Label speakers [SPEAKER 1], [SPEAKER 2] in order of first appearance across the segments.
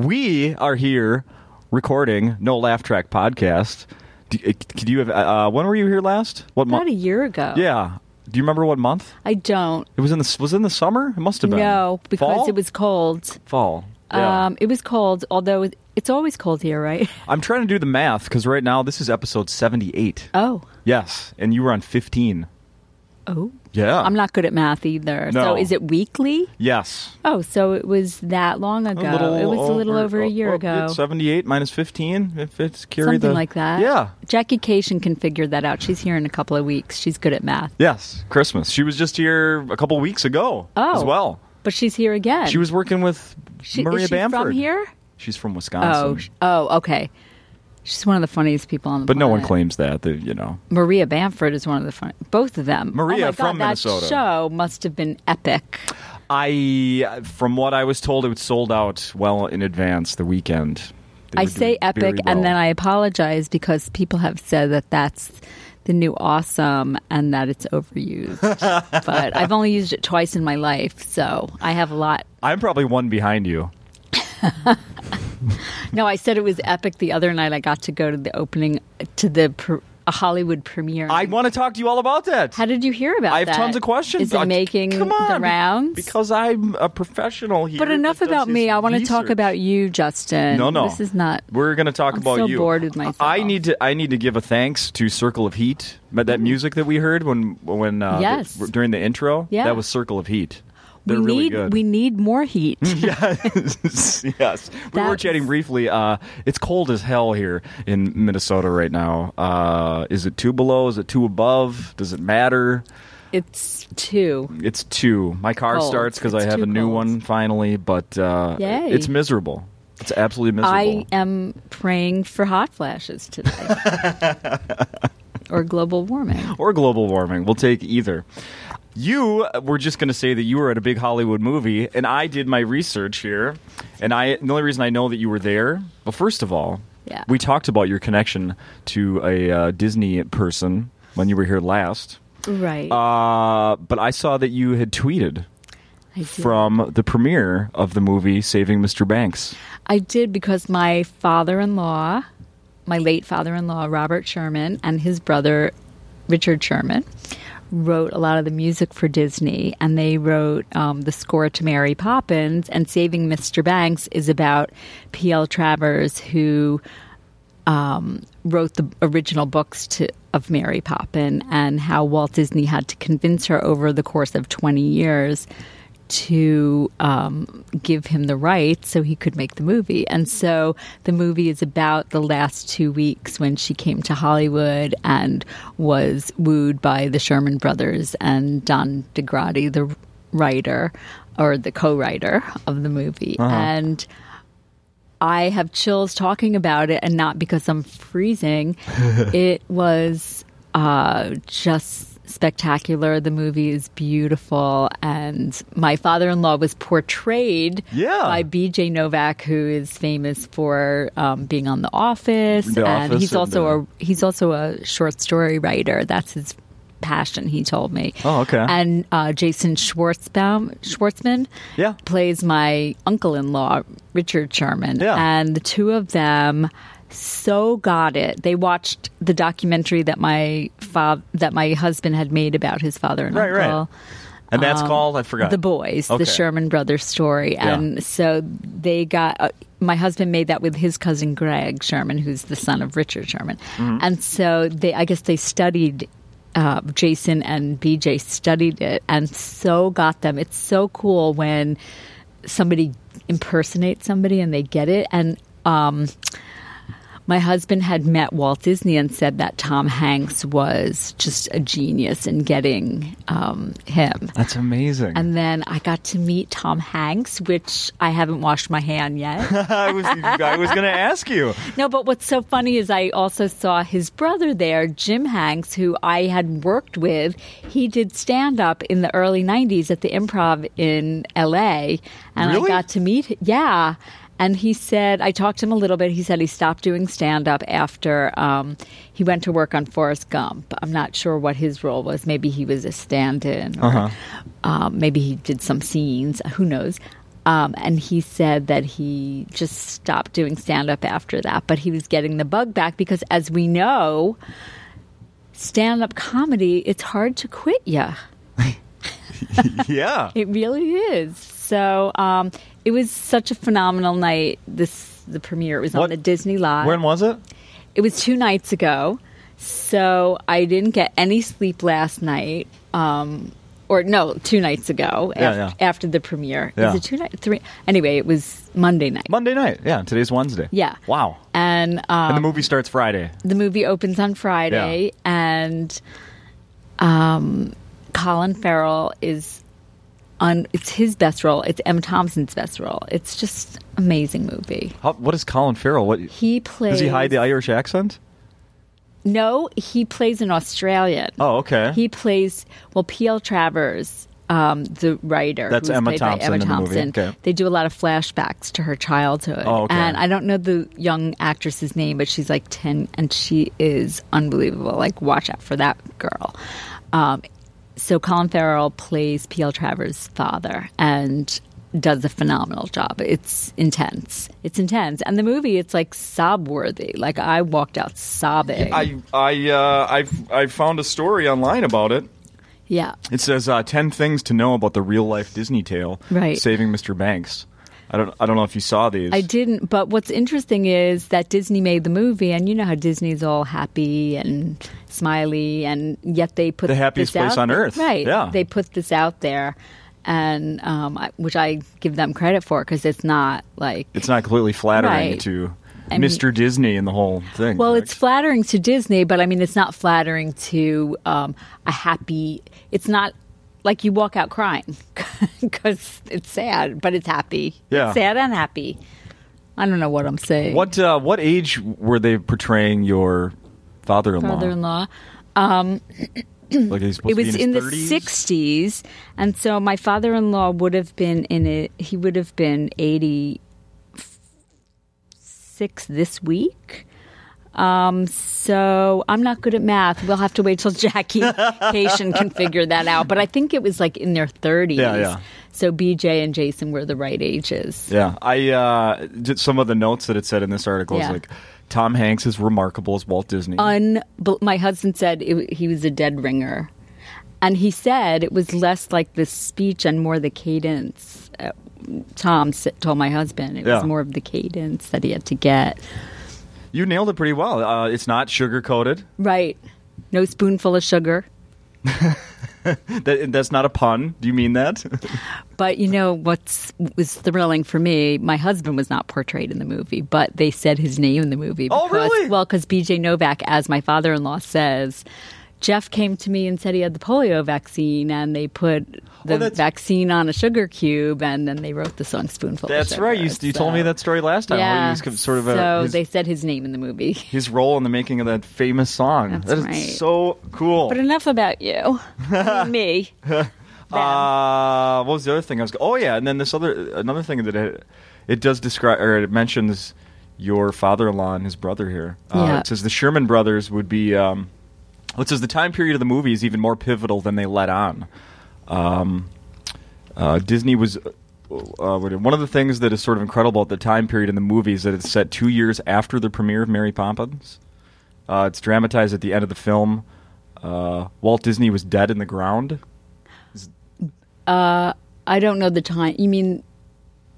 [SPEAKER 1] are here recording No Laugh Track podcast. Do, uh, could you have? Uh, when were you here last? What
[SPEAKER 2] About a
[SPEAKER 1] month?
[SPEAKER 2] year ago.
[SPEAKER 1] Yeah. Do you remember what month?
[SPEAKER 2] I don't.
[SPEAKER 1] It was in the was it in the summer. It must have been.
[SPEAKER 2] No, because
[SPEAKER 1] Fall?
[SPEAKER 2] it was cold.
[SPEAKER 1] fall. Yeah.
[SPEAKER 2] Um, it was cold, although it- it's always cold here, right?
[SPEAKER 1] I'm trying to do the math because right now this is episode 78.
[SPEAKER 2] Oh.
[SPEAKER 1] yes, and you were on 15.
[SPEAKER 2] Oh.
[SPEAKER 1] Yeah.
[SPEAKER 2] I'm not good at math either.
[SPEAKER 1] No.
[SPEAKER 2] So is it weekly?
[SPEAKER 1] Yes.
[SPEAKER 2] Oh, so it was that long ago. it was a little over a year
[SPEAKER 1] oh,
[SPEAKER 2] ago.
[SPEAKER 1] it's 78 minus 15. If it's carry
[SPEAKER 2] Something
[SPEAKER 1] the-
[SPEAKER 2] like that.
[SPEAKER 1] Yeah.
[SPEAKER 2] Jackie Cation can figure that out. She's here in a couple of weeks. She's good at math.
[SPEAKER 1] Yes. Christmas. She was just here a couple weeks ago
[SPEAKER 2] Oh.
[SPEAKER 1] as well.
[SPEAKER 2] But she's here again.
[SPEAKER 1] She was working with
[SPEAKER 2] She-
[SPEAKER 1] Maria
[SPEAKER 2] is she
[SPEAKER 1] Bamford.
[SPEAKER 2] from here?
[SPEAKER 1] She's from
[SPEAKER 2] Oh,
[SPEAKER 1] Wisconsin.
[SPEAKER 2] sh- oh, okay. She's one of the funniest people on the
[SPEAKER 1] but no one
[SPEAKER 2] planet.
[SPEAKER 1] claims that, they- you know.
[SPEAKER 2] Maria Bamford is one of the fun. Both of them.
[SPEAKER 1] Maria
[SPEAKER 2] oh my God,
[SPEAKER 1] from
[SPEAKER 2] that
[SPEAKER 1] Minnesota.
[SPEAKER 2] Show must have been epic.
[SPEAKER 1] I from what I was told it was sold out well in advance the weekend. They
[SPEAKER 2] I
[SPEAKER 1] were doing
[SPEAKER 2] say
[SPEAKER 1] very
[SPEAKER 2] epic, and
[SPEAKER 1] well.
[SPEAKER 2] then I apologize because people have said that that's the new awesome and that it's overused. but I've only used it twice in my life, so I have a lot.
[SPEAKER 1] I'm probably one behind you.
[SPEAKER 2] No, I said it was epic the other night. I got to go to the opening to the pr- a Hollywood premiere.
[SPEAKER 1] I want to talk to you all about that.
[SPEAKER 2] How did you hear about
[SPEAKER 1] I have
[SPEAKER 2] that?
[SPEAKER 1] tons of questions.
[SPEAKER 2] Is it
[SPEAKER 1] Uh,
[SPEAKER 2] making
[SPEAKER 1] come on,
[SPEAKER 2] the
[SPEAKER 1] be-
[SPEAKER 2] rounds?
[SPEAKER 1] Because I'm a professional here.
[SPEAKER 2] but enough
[SPEAKER 1] that does
[SPEAKER 2] about
[SPEAKER 1] his
[SPEAKER 2] me. I want to talk
[SPEAKER 1] research.
[SPEAKER 2] about you, Justin.
[SPEAKER 1] No, no.
[SPEAKER 2] This is not.
[SPEAKER 1] We're going to talk
[SPEAKER 2] I'm
[SPEAKER 1] about
[SPEAKER 2] so
[SPEAKER 1] you.
[SPEAKER 2] bored with myself.
[SPEAKER 1] I need to. I need to give a thanks to Circle of Heat. But that music that we heard when when uh,
[SPEAKER 2] Mm. Yes.
[SPEAKER 1] the- during the intro,
[SPEAKER 2] Yeah.
[SPEAKER 1] that was Circle of Heat. They're
[SPEAKER 2] we
[SPEAKER 1] really
[SPEAKER 2] need
[SPEAKER 1] good.
[SPEAKER 2] we need more heat.
[SPEAKER 1] yes, yes. We were
[SPEAKER 2] That's-
[SPEAKER 1] chatting briefly. Uh, it's cold as hell here in Minnesota right now. Uh, is it two below? Is it two above? Does it matter?
[SPEAKER 2] it's two.
[SPEAKER 1] It's two. My car
[SPEAKER 2] Cold.
[SPEAKER 1] starts because I
[SPEAKER 2] It's
[SPEAKER 1] have
[SPEAKER 2] too
[SPEAKER 1] a new
[SPEAKER 2] cold.
[SPEAKER 1] one finally, but uh,
[SPEAKER 2] Yay.
[SPEAKER 1] it's miserable. It's absolutely miserable.
[SPEAKER 2] I am praying for hot flashes today. or global warming.
[SPEAKER 1] or global warming. We'll take either. You were just going to say that you were at a big Hollywood movie, and I did my research here. And I, the only reason I know that you were there, well, first of all,
[SPEAKER 2] Yeah.
[SPEAKER 1] we talked about your connection to a uh, Disney person when you were here last.
[SPEAKER 2] Right.
[SPEAKER 1] Uh, but I saw that you had tweeted
[SPEAKER 2] I did.
[SPEAKER 1] from the premiere of the movie Saving Mr. Banks.
[SPEAKER 2] I did because my father in law, my late father in law, Robert Sherman, and his brother, Richard Sherman, wrote a lot of the music for Disney, and they wrote um, the score to Mary Poppins. And Saving Mr. Banks is about P.L. Travers, who um, wrote the original books to, of Mary Poppin and how Walt Disney had to convince her over the course of 20 years to um, give him the rights so he could make the movie. And so the movie is about the last two weeks when she came to Hollywood and was wooed by the Sherman brothers and Don DeGrady, the writer or the co writer of the movie. And I have chills talking about it, and not because I'm freezing. it was uh, just spectacular. The movie is beautiful, and my father-in-law was portrayed
[SPEAKER 1] Yeah.
[SPEAKER 2] by B.J. Novak, who is famous for um, being on The Office,
[SPEAKER 1] The
[SPEAKER 2] and
[SPEAKER 1] Office
[SPEAKER 2] he's
[SPEAKER 1] and,
[SPEAKER 2] also
[SPEAKER 1] uh,
[SPEAKER 2] a he's also a short story writer. That's his passion. He told me.
[SPEAKER 1] Oh, okay.
[SPEAKER 2] And uh, Jason Schwartzbaum Schwartzman,
[SPEAKER 1] Yeah.
[SPEAKER 2] plays my uncle-in-law Richard Sherman,
[SPEAKER 1] Yeah.
[SPEAKER 2] and the two of them so got it. They watched the documentary that my fa- that my husband had made about his father and
[SPEAKER 1] Right, right.
[SPEAKER 2] uncle.
[SPEAKER 1] And that's
[SPEAKER 2] Um,
[SPEAKER 1] called, I forgot.
[SPEAKER 2] The Boys,
[SPEAKER 1] Okay.
[SPEAKER 2] the Sherman Brothers story.
[SPEAKER 1] Yeah.
[SPEAKER 2] And so they got, uh, my husband made that with his cousin Greg Sherman, who's the son of Richard Sherman.
[SPEAKER 1] Mm-hmm.
[SPEAKER 2] And so they, I guess they studied. Uh, Jason and BJ studied it and so got them. It's so cool when somebody impersonates somebody and they get it. And um, my husband had met Walt Disney and said that Tom Hanks was just a genius in getting um, him.
[SPEAKER 1] That's amazing.
[SPEAKER 2] And then I got to meet Tom Hanks, which I haven't washed my hand yet.
[SPEAKER 1] I was, I was going to ask you.
[SPEAKER 2] no, but what's so funny is I also saw his brother there, Jim Hanks, who I had worked with. He did stand up in the early 90s at the improv in LA. And
[SPEAKER 1] Really?
[SPEAKER 2] I got to meet, yeah. And he said, I talked to him a little bit. He said he stopped doing stand up after um, he went to work on Forrest Gump. I'm not sure what his role was. Maybe he was a stand in.
[SPEAKER 1] Uh-huh.
[SPEAKER 2] Um, maybe he did some scenes. Who knows? Um, and he said that he just stopped doing stand up after that, but he was getting the bug back because, as we know, stand up comedy, it's hard to quit ya.
[SPEAKER 1] yeah.
[SPEAKER 2] It really is. So um, it was such a phenomenal night. This the premiere. It was
[SPEAKER 1] What-
[SPEAKER 2] on the Disney lot.
[SPEAKER 1] When was it?
[SPEAKER 2] It was two nights ago, so I didn't get any sleep last night. Um, or no, two nights ago
[SPEAKER 1] Yeah,
[SPEAKER 2] af-
[SPEAKER 1] yeah.
[SPEAKER 2] after the premiere.
[SPEAKER 1] Yeah.
[SPEAKER 2] Is it two night three? Anyway, it was Monday night.
[SPEAKER 1] Monday night. Yeah. Today's Wednesday.
[SPEAKER 2] Yeah.
[SPEAKER 1] Wow.
[SPEAKER 2] and um,
[SPEAKER 1] And the movie starts Friday.
[SPEAKER 2] the movie opens on Friday,
[SPEAKER 1] Yeah.
[SPEAKER 2] and um, Colin Farrell is on. It's his best role. It's Emma Thompson's best role. It's just amazing movie.
[SPEAKER 1] How, what is Colin Farrell? What
[SPEAKER 2] He plays.
[SPEAKER 1] does he hide the Irish accent?
[SPEAKER 2] No, he plays an Australian.
[SPEAKER 1] Oh, okay.
[SPEAKER 2] He plays well. P.L. Travers, um, the writer,
[SPEAKER 1] That's
[SPEAKER 2] who's
[SPEAKER 1] Emma
[SPEAKER 2] played by
[SPEAKER 1] Thompson
[SPEAKER 2] Emma
[SPEAKER 1] in the movie.
[SPEAKER 2] Thompson.
[SPEAKER 1] Okay.
[SPEAKER 2] They do a lot of flashbacks to her childhood,
[SPEAKER 1] Oh, okay.
[SPEAKER 2] and I don't know the young actress's name, but she's like ten, and she is unbelievable. Like, watch out for that girl. Um, so Colin Farrell plays P.L. Travers' father, and does a phenomenal job. It's intense. It's intense, and the movie it's like sob worthy. Like I walked out sobbing.
[SPEAKER 1] I I uh, I've I found a story online about it.
[SPEAKER 2] yeah.
[SPEAKER 1] It says uh, ten things to know about the real life Disney tale.
[SPEAKER 2] Right.
[SPEAKER 1] Saving Mr. Banks. I don't I don't know if you saw these.
[SPEAKER 2] I didn't, but what's interesting is that Disney made the movie, and you know how Disney's all happy and smiley, and yet they put
[SPEAKER 1] The happiest
[SPEAKER 2] this
[SPEAKER 1] place
[SPEAKER 2] out
[SPEAKER 1] on
[SPEAKER 2] there-
[SPEAKER 1] earth.
[SPEAKER 2] right?
[SPEAKER 1] Yeah.
[SPEAKER 2] they put this out there, and um, I, which I give them credit for because it's not like
[SPEAKER 1] It's not completely flattering
[SPEAKER 2] Right.
[SPEAKER 1] to
[SPEAKER 2] I mean-
[SPEAKER 1] Mr. Disney and the whole thing.
[SPEAKER 2] Well,
[SPEAKER 1] correct?
[SPEAKER 2] it's flattering to Disney, but I mean, it's not flattering to um, a happy. It's not like you walk out crying because it's sad, but it's happy.
[SPEAKER 1] Yeah.
[SPEAKER 2] It's sad and happy. I don't know what I'm saying.
[SPEAKER 1] what uh, what age were they portraying your father-in-law?
[SPEAKER 2] brother-in-law?
[SPEAKER 1] Like he's supposed
[SPEAKER 2] It
[SPEAKER 1] to
[SPEAKER 2] was
[SPEAKER 1] be in,
[SPEAKER 2] in the
[SPEAKER 1] his 30s?
[SPEAKER 2] 60s, and so my father-in-law would have been in it. He would have been 86 this week. Um, so I'm not good at math. We'll have to wait till Jackie Cation can figure that out. But I think it was like in their 30s.
[SPEAKER 1] Yeah, yeah.
[SPEAKER 2] So BJ and Jason were the right ages.
[SPEAKER 1] Yeah, I uh, did some of the notes that it said in this article is
[SPEAKER 2] Yeah. Uh,
[SPEAKER 1] like Tom Hanks is remarkable as Walt Disney.
[SPEAKER 2] Unbel- my husband said it, he was a dead ringer. And he said it was less like the speech and more the cadence. Uh, Tom s- told my husband it
[SPEAKER 1] Yeah.
[SPEAKER 2] was more of the cadence that he had to get.
[SPEAKER 1] you nailed it pretty well. Uh, it's not sugar coated.
[SPEAKER 2] Right. No spoonful of sugar.
[SPEAKER 1] That, that's not a pun. Do you mean that?
[SPEAKER 2] But you know what's was thrilling for me? My husband was not portrayed in the movie, but they said his name in the movie.
[SPEAKER 1] Oh,
[SPEAKER 2] because-
[SPEAKER 1] really?
[SPEAKER 2] Well, because B.J. Novak, as my father-in-law says, Jeff came to me and said he had the polio vaccine, and they put
[SPEAKER 1] Oh,
[SPEAKER 2] the
[SPEAKER 1] that's-
[SPEAKER 2] vaccine on a sugar cube, and then they wrote the song "Spoonful." of
[SPEAKER 1] that's
[SPEAKER 2] Sugar,
[SPEAKER 1] right. You, you told me
[SPEAKER 2] so-
[SPEAKER 1] that story last time. where
[SPEAKER 2] Yeah.
[SPEAKER 1] he was com- sort of a,
[SPEAKER 2] so
[SPEAKER 1] his,
[SPEAKER 2] they said his name in the movie.
[SPEAKER 1] his role in the making of that famous song.
[SPEAKER 2] That's
[SPEAKER 1] That is
[SPEAKER 2] right.
[SPEAKER 1] so cool.
[SPEAKER 2] But enough about you, and me. them.
[SPEAKER 1] Uh, what was the other thing I was? Oh yeah, and then this other another thing that it, it does describe or it mentions your father-in-law and his brother here. Uh,
[SPEAKER 2] Yeah.
[SPEAKER 1] It says the Sherman brothers would be. Um, well, it says the time period of the movie is even more pivotal than they let on. Um, uh, Disney was. Uh, one of the things that is sort of incredible at the time period in the movie is that it's set two years after the premiere of Mary Poppins. Uh, it's dramatized at the end of the film. Uh, Walt Disney was dead in the ground.
[SPEAKER 2] I don't know the time. You mean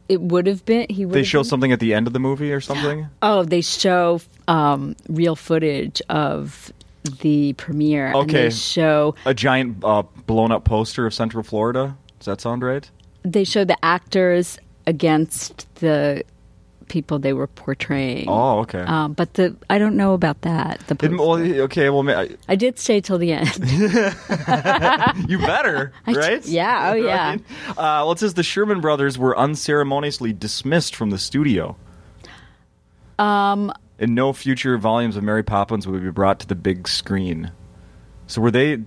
[SPEAKER 2] it would have been? He would
[SPEAKER 1] they
[SPEAKER 2] have
[SPEAKER 1] show
[SPEAKER 2] been?
[SPEAKER 1] something at the end of the movie or something.
[SPEAKER 2] Oh, they show um, real footage of the premiere. And
[SPEAKER 1] Okay.
[SPEAKER 2] they show
[SPEAKER 1] A giant uh, blown up poster of Central Florida. Does that sound right?
[SPEAKER 2] they show the actors against the people they were portraying.
[SPEAKER 1] Oh, okay.
[SPEAKER 2] Um, but the I don't know about that. The
[SPEAKER 1] It- well,
[SPEAKER 2] poster.
[SPEAKER 1] okay, well, ma-
[SPEAKER 2] I did stay till the end.
[SPEAKER 1] you better, right?
[SPEAKER 2] yeah, oh, yeah.
[SPEAKER 1] Right? Uh, well, it says the Sherman brothers were unceremoniously dismissed from the studio.
[SPEAKER 2] Um,
[SPEAKER 1] And no future volumes of Mary Poppins would be brought to the big screen. So were they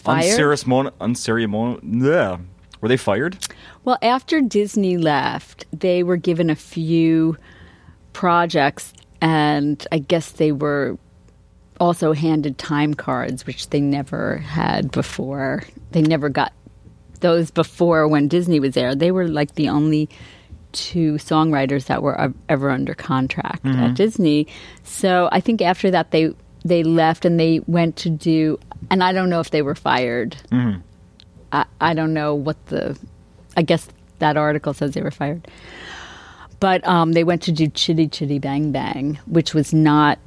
[SPEAKER 2] Fired?
[SPEAKER 1] unceremon- unceremon- yeah. Were they fired?
[SPEAKER 2] Well, after Disney left, they were given a few projects, and I guess they were also handed time cards, which they never had before. They never got. those before when Disney was there, they were like the only two songwriters that were uh, ever under contract at Disney. So I think after that they they left and they went to do and I don't know if they were fired. I, I don't know what the I guess that article says they were fired. But um, they went to do Chitty Chitty Bang Bang, which was not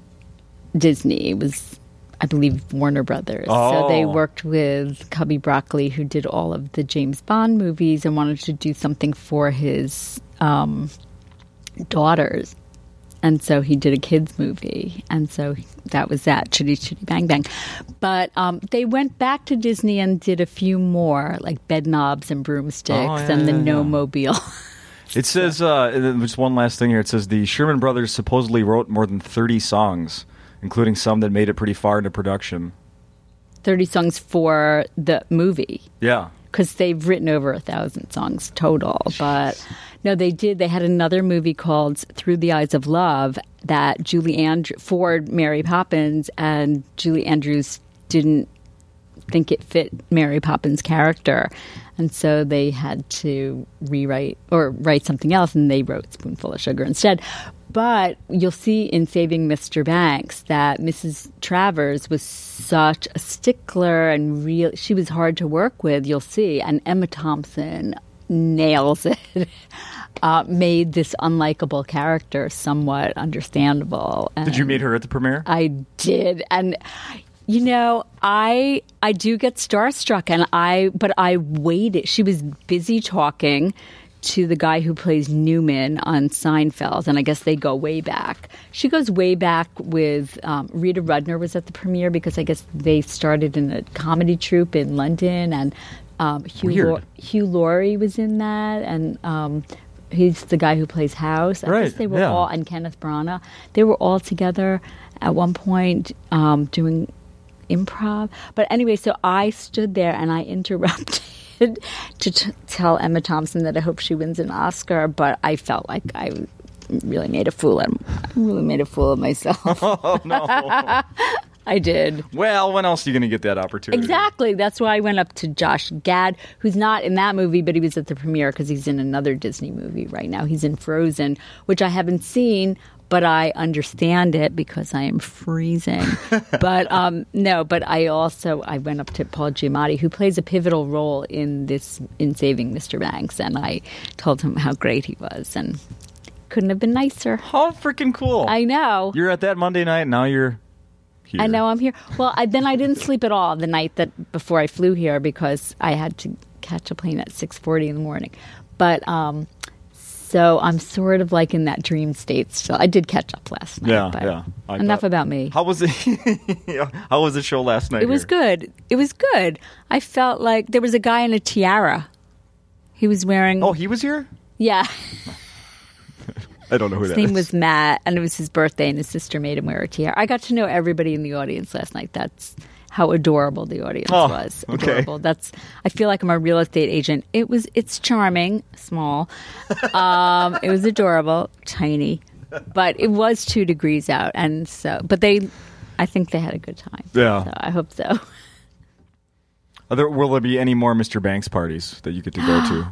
[SPEAKER 2] Disney. It was, I believe, Warner Brothers. So they
[SPEAKER 1] Oh.
[SPEAKER 2] worked with Cubby Broccoli, who did all of the James Bond movies, and wanted to do something for his um, daughters. And so he did a kids movie, and so that was that Chitty Chitty Bang Bang. But um, they went back to Disney and did a few more, like Bed Knobs and Broomsticks,
[SPEAKER 1] yeah,
[SPEAKER 2] and the
[SPEAKER 1] yeah, yeah.
[SPEAKER 2] No Mobile.
[SPEAKER 1] It says uh, and then just one last thing here. It says the Sherman Brothers supposedly wrote more than thirty songs, including some that made it pretty far into production.
[SPEAKER 2] 30 songs for the movie
[SPEAKER 1] Yeah.
[SPEAKER 2] because they've written over a thousand songs total. But no, they did. They had another movie called Through the Eyes of Love that Julie Andrew Ford, Mary Poppins, and Julie Andrews didn't think it fit Mary Poppins' character. And so they had to rewrite or write something else, and they wrote Spoonful of Sugar instead. But you'll see in Saving Mr. Banks that Mrs. Travers was such a stickler and real, she was hard to work with, you'll see. And Emma Thompson nails it, uh, made this unlikable character somewhat understandable.
[SPEAKER 1] Did you meet her at the premiere?
[SPEAKER 2] I did, and you know, I I do get starstruck, and I but I waited. She was busy talking to the guy who plays Newman on Seinfeld, and I guess they go way back. She goes way back with um, Rita Rudner was at the premiere because I guess they started in a comedy troupe in London, and um, Hugh
[SPEAKER 1] Weird.
[SPEAKER 2] Lau- Hugh Laurie was in that, and. Um, He's the guy who plays House. I guess
[SPEAKER 1] Right,
[SPEAKER 2] they were
[SPEAKER 1] yeah.
[SPEAKER 2] all and Kenneth Branagh. They were all together at one point um, doing improv. But anyway, so I stood there and I interrupted to t- tell Emma Thompson that I hope she wins an Oscar. But I felt like I really made a fool. Of, I really made a fool of myself.
[SPEAKER 1] oh no.
[SPEAKER 2] I did.
[SPEAKER 1] well, when else are you going to get that opportunity?
[SPEAKER 2] Exactly. That's why I went up to Josh Gad, who's not in that movie, but he was at the premiere because he's in another Disney movie right now. He's in Frozen, which I haven't seen, but I understand it because I am freezing. but um, no, but I also I went up to Paul Giamatti, who plays a pivotal role in this in Saving Mr. Banks, and I told him how great he was, and couldn't have been nicer.
[SPEAKER 1] How freaking cool!
[SPEAKER 2] I know.
[SPEAKER 1] You're at that Monday night. Now you're. Here.
[SPEAKER 2] I know I'm here. Well, I, then I didn't sleep at all the night that before I flew here because I had to catch a plane at 6:40 in the morning. But um, so I'm sort of like in that dream state still. I did catch up last night.
[SPEAKER 1] Yeah,
[SPEAKER 2] but
[SPEAKER 1] yeah. I
[SPEAKER 2] enough
[SPEAKER 1] bet.
[SPEAKER 2] about me.
[SPEAKER 1] How was it? How was the show last night?
[SPEAKER 2] it was
[SPEAKER 1] here?
[SPEAKER 2] good. It was good. I felt like there was a guy in a tiara. He was wearing.
[SPEAKER 1] Oh, he was here.
[SPEAKER 2] yeah.
[SPEAKER 1] I don't know who
[SPEAKER 2] His
[SPEAKER 1] that
[SPEAKER 2] name
[SPEAKER 1] is.
[SPEAKER 2] was Matt, and it was his birthday, and his sister made him wear a tiara. I got to know everybody in the audience last night. That's how adorable the audience
[SPEAKER 1] Oh,
[SPEAKER 2] was.
[SPEAKER 1] okay.
[SPEAKER 2] Adorable. That's. I feel like I'm a real estate agent. It was. It's charming, small. Um, it was adorable, tiny, but it was two degrees out, and so. But they, I think they had a good time.
[SPEAKER 1] Yeah.
[SPEAKER 2] So I hope so.
[SPEAKER 1] Are there, will there be any more Mr. Banks parties that you get to go to?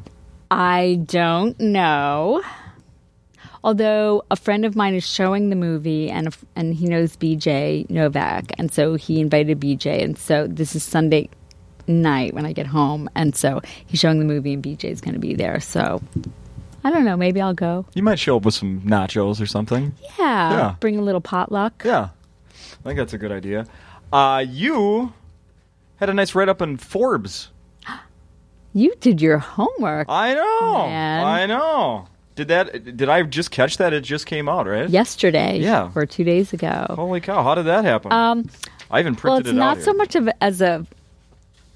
[SPEAKER 2] I don't know. Although a friend of mine is showing the movie, and a f and he knows BJ Novak, and so he invited BJ, and so this is Sunday night when I get home, and so he's showing the movie, and BJ is going to be there. So I don't know. Maybe I'll go.
[SPEAKER 1] You might show up with some nachos or something.
[SPEAKER 2] Yeah,
[SPEAKER 1] Yeah.
[SPEAKER 2] bring a little potluck.
[SPEAKER 1] Yeah, I think that's a good idea. Uh, you had a nice write up in Forbes.
[SPEAKER 2] You did your homework
[SPEAKER 1] I know.
[SPEAKER 2] Man.
[SPEAKER 1] I know. Did that? Did I just catch that? It just came out, right?
[SPEAKER 2] yesterday,
[SPEAKER 1] Yeah.
[SPEAKER 2] or two days ago.
[SPEAKER 1] Holy cow! How did that happen?
[SPEAKER 2] Um,
[SPEAKER 1] I even
[SPEAKER 2] well,
[SPEAKER 1] printed
[SPEAKER 2] it's
[SPEAKER 1] it out.
[SPEAKER 2] not so
[SPEAKER 1] here.
[SPEAKER 2] much of as a.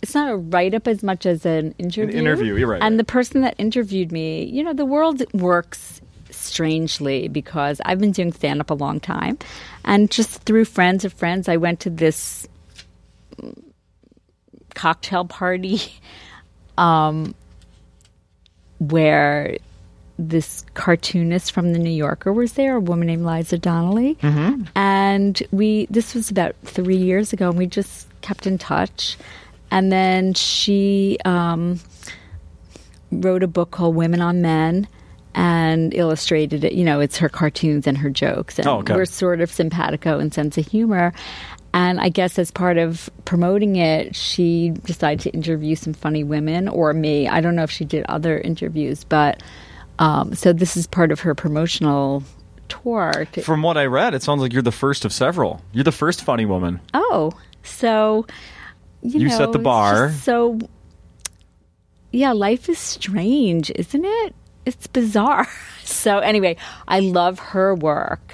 [SPEAKER 2] It's not a write up as much as an interview.
[SPEAKER 1] interview, you're right,
[SPEAKER 2] And
[SPEAKER 1] right.
[SPEAKER 2] the person that interviewed me, you know, the world works strangely because I've been doing stand up a long time, and just through friends of friends, I went to this mm, cocktail party, um, where this cartoonist from the New Yorker was there, a woman named Liza Donnelly,
[SPEAKER 1] Mm-hmm.
[SPEAKER 2] and we. This was about three years ago, and we just kept in touch. And then she um, wrote a book called Women on Men and illustrated it. You know, it's her cartoons and her jokes. And
[SPEAKER 1] Oh, okay.
[SPEAKER 2] we're sort of simpatico and sense of humor. And I guess as part of promoting it, she decided to interview some funny women or me. I don't know if she did other interviews, but um, so this is part of her promotional tour. To,
[SPEAKER 1] From what I read, it sounds like you're the first of several. You're the first funny woman.
[SPEAKER 2] Oh, so you,
[SPEAKER 1] You
[SPEAKER 2] know,
[SPEAKER 1] set the
[SPEAKER 2] it's just
[SPEAKER 1] bar.
[SPEAKER 2] So yeah, life is strange, isn't it? It's bizarre. So anyway, I love her work,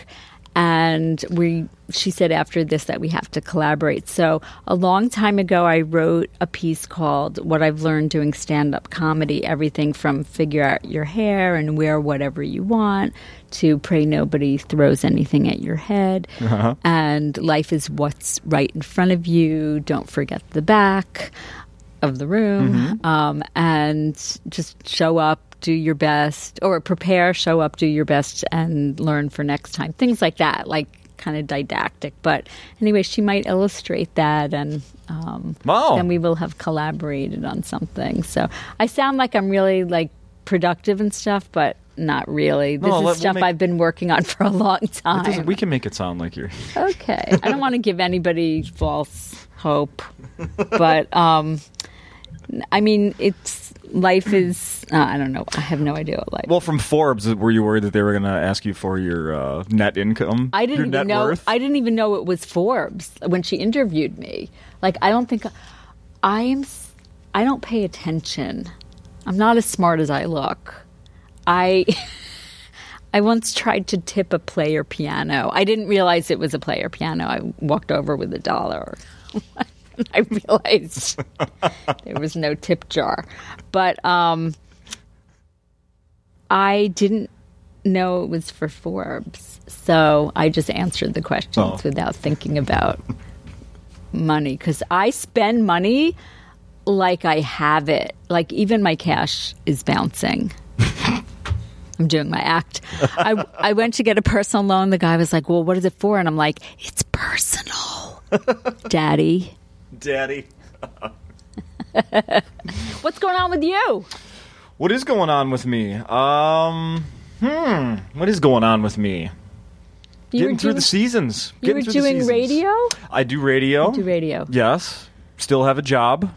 [SPEAKER 2] and we. She said after this that we have to collaborate. So a long time ago, I wrote a piece called "What I've Learned Doing Stand Up Comedy: Everything from Figure Out Your Hair and Wear Whatever You Want to Pray Nobody Throws Anything at Your Head." and life is what's right in front of you. Don't forget the back of the room
[SPEAKER 1] Mm-hmm.
[SPEAKER 2] um, and just show up, do your best, or prepare, show up, do your best, and learn for next time. Things like that, like kind of didactic. But anyway, she might illustrate that and. Um,
[SPEAKER 1] Wow.
[SPEAKER 2] Then we will have collaborated on something. So I sound like I'm really like productive and stuff, but not really. This
[SPEAKER 1] No,
[SPEAKER 2] is
[SPEAKER 1] let- we'll
[SPEAKER 2] stuff
[SPEAKER 1] make-
[SPEAKER 2] I've been working on for a long
[SPEAKER 1] It
[SPEAKER 2] time.
[SPEAKER 1] doesn't- we can make it sound like you're.
[SPEAKER 2] Okay. I don't want to give anybody false hope, but um, I mean, it's life is. Uh, I don't know. I have no idea what life.
[SPEAKER 1] Well, from Forbes, were you worried that they were going to ask you for your uh, net income?
[SPEAKER 2] I didn't
[SPEAKER 1] your net
[SPEAKER 2] even know.
[SPEAKER 1] worth?
[SPEAKER 2] I didn't even know it was Forbes when she interviewed me. Like, I don't think I am. s- I don't pay attention. I'm not as smart as I look. I. I once tried to tip a player piano. I didn't realize it was a player piano. I walked over with a dollar. I realized there was no tip jar. But um, I didn't know it was for Forbes. So I just answered the questions
[SPEAKER 1] Oh.
[SPEAKER 2] without thinking about money because I spend money like I have it. Like even my cash is bouncing. I'm doing my act. I, I went to get a personal loan. The guy was like, Well, what is it for? And I'm like, It's personal, daddy.
[SPEAKER 1] Daddy.
[SPEAKER 2] What's going on with you?
[SPEAKER 1] What is going on with me? Um, hmm. What is going on with me?
[SPEAKER 2] You
[SPEAKER 1] Getting
[SPEAKER 2] were
[SPEAKER 1] through
[SPEAKER 2] doing,
[SPEAKER 1] the seasons.
[SPEAKER 2] you
[SPEAKER 1] Getting
[SPEAKER 2] were
[SPEAKER 1] through the
[SPEAKER 2] doing
[SPEAKER 1] seasons. Oh.
[SPEAKER 2] radio?
[SPEAKER 1] I do radio.
[SPEAKER 2] Do radio.
[SPEAKER 1] Yes. Still have a job.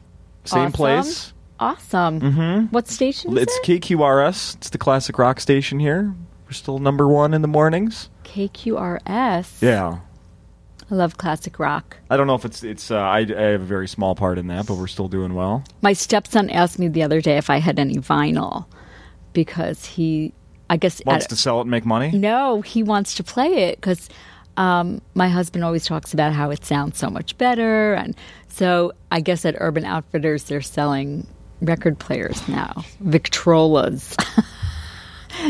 [SPEAKER 1] Same
[SPEAKER 2] Awesome.
[SPEAKER 1] place.
[SPEAKER 2] Awesome. What station is
[SPEAKER 1] Mm-hmm. It's
[SPEAKER 2] it?
[SPEAKER 1] KQRS. It's the classic rock station here. We're still number one in the mornings.
[SPEAKER 2] KQRS.
[SPEAKER 1] Yeah.
[SPEAKER 2] I love classic rock.
[SPEAKER 1] I don't know if it's it's. Uh, I, I have a very small part in that, but we're still doing well.
[SPEAKER 2] My stepson asked me the other day if I had any vinyl because he, I guess,
[SPEAKER 1] Wants
[SPEAKER 2] at-
[SPEAKER 1] to sell it and make money.
[SPEAKER 2] no, he wants to play it because um, my husband always talks about how it sounds so much better, and so I guess at Urban Outfitters they're selling record players now, Victrolas.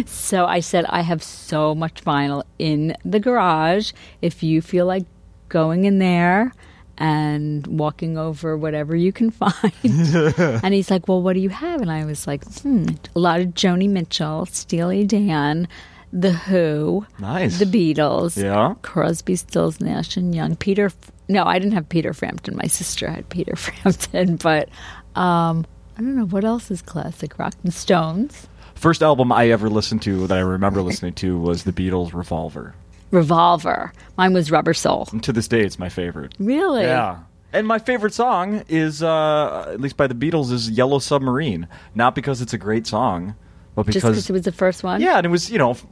[SPEAKER 2] so I said I have so much vinyl in the garage. If you feel like going in there. And walking over whatever you can find. and he's like, Well, what do you have? And I was like, Hmm, a lot of Joni Mitchell, Steely Dan, The Who,
[SPEAKER 1] Nice.
[SPEAKER 2] The Beatles,
[SPEAKER 1] Yeah.
[SPEAKER 2] Crosby, Stills, Nash and Young, Peter. F- No, I didn't have Peter Frampton. My sister had Peter Frampton, but um, I don't know what else is classic rock. The Stones,
[SPEAKER 1] First album I ever listened to that I remember listening to was the Beatles' Revolver.
[SPEAKER 2] Revolver. Mine was Rubber Soul.
[SPEAKER 1] And to this day, it's my favorite.
[SPEAKER 2] Really?
[SPEAKER 1] Yeah. And my favorite song is, uh, at least by the Beatles, is Yellow Submarine. Not because it's a great song, but
[SPEAKER 2] Just because
[SPEAKER 1] because
[SPEAKER 2] it was the first one.
[SPEAKER 1] yeah, and it was you know, f-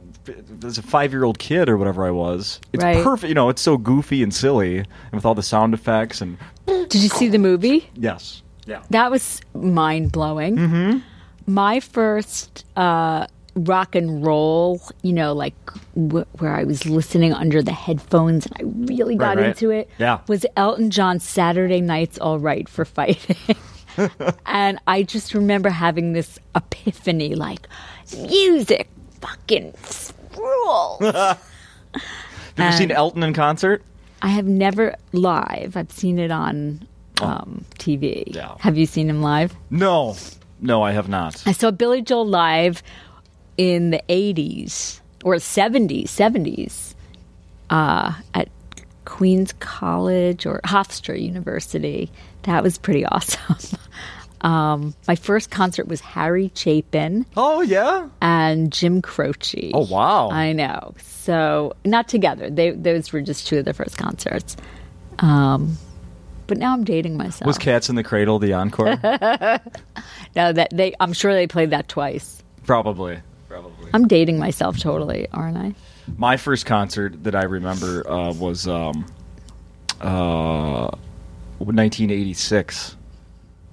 [SPEAKER 1] as a five-year-old kid or whatever I was, it's
[SPEAKER 2] Right.
[SPEAKER 1] perfect. You know, it's so goofy and silly, and with all the sound effects and
[SPEAKER 2] Did you see the movie?
[SPEAKER 1] yes, yeah.
[SPEAKER 2] That was mind blowing.
[SPEAKER 1] Mm-hmm.
[SPEAKER 2] My first uh, rock and roll, you know, like w- where I was listening under the headphones and I really got
[SPEAKER 1] right.
[SPEAKER 2] into it,
[SPEAKER 1] Yeah.
[SPEAKER 2] was Elton John's Saturday Night's All Right for Fighting. and I just remember having this epiphany like, music fucking rules.
[SPEAKER 1] Have you ever seen Elton in concert?
[SPEAKER 2] I have never live, I've seen it on. Um, TV.
[SPEAKER 1] Oh. Yeah.
[SPEAKER 2] Have you seen him live?
[SPEAKER 1] No, no, I have not.
[SPEAKER 2] I saw Billy Joel live in the 80s or 70s, 70s uh, at Queens College or Hofstra University. That was pretty awesome. Um, my first concert was Harry Chapin
[SPEAKER 1] Oh yeah.
[SPEAKER 2] and Jim Croce.
[SPEAKER 1] Oh, wow.
[SPEAKER 2] I know. So not together. They those were just two of the first concerts. Um, but now I'm dating myself.
[SPEAKER 1] Was Cats in the Cradle the encore?
[SPEAKER 2] no, that they. I'm sure they played that twice.
[SPEAKER 1] Probably. Probably.
[SPEAKER 2] I'm dating myself totally, aren't I?
[SPEAKER 1] My first concert that I remember uh, was um, uh, 1986.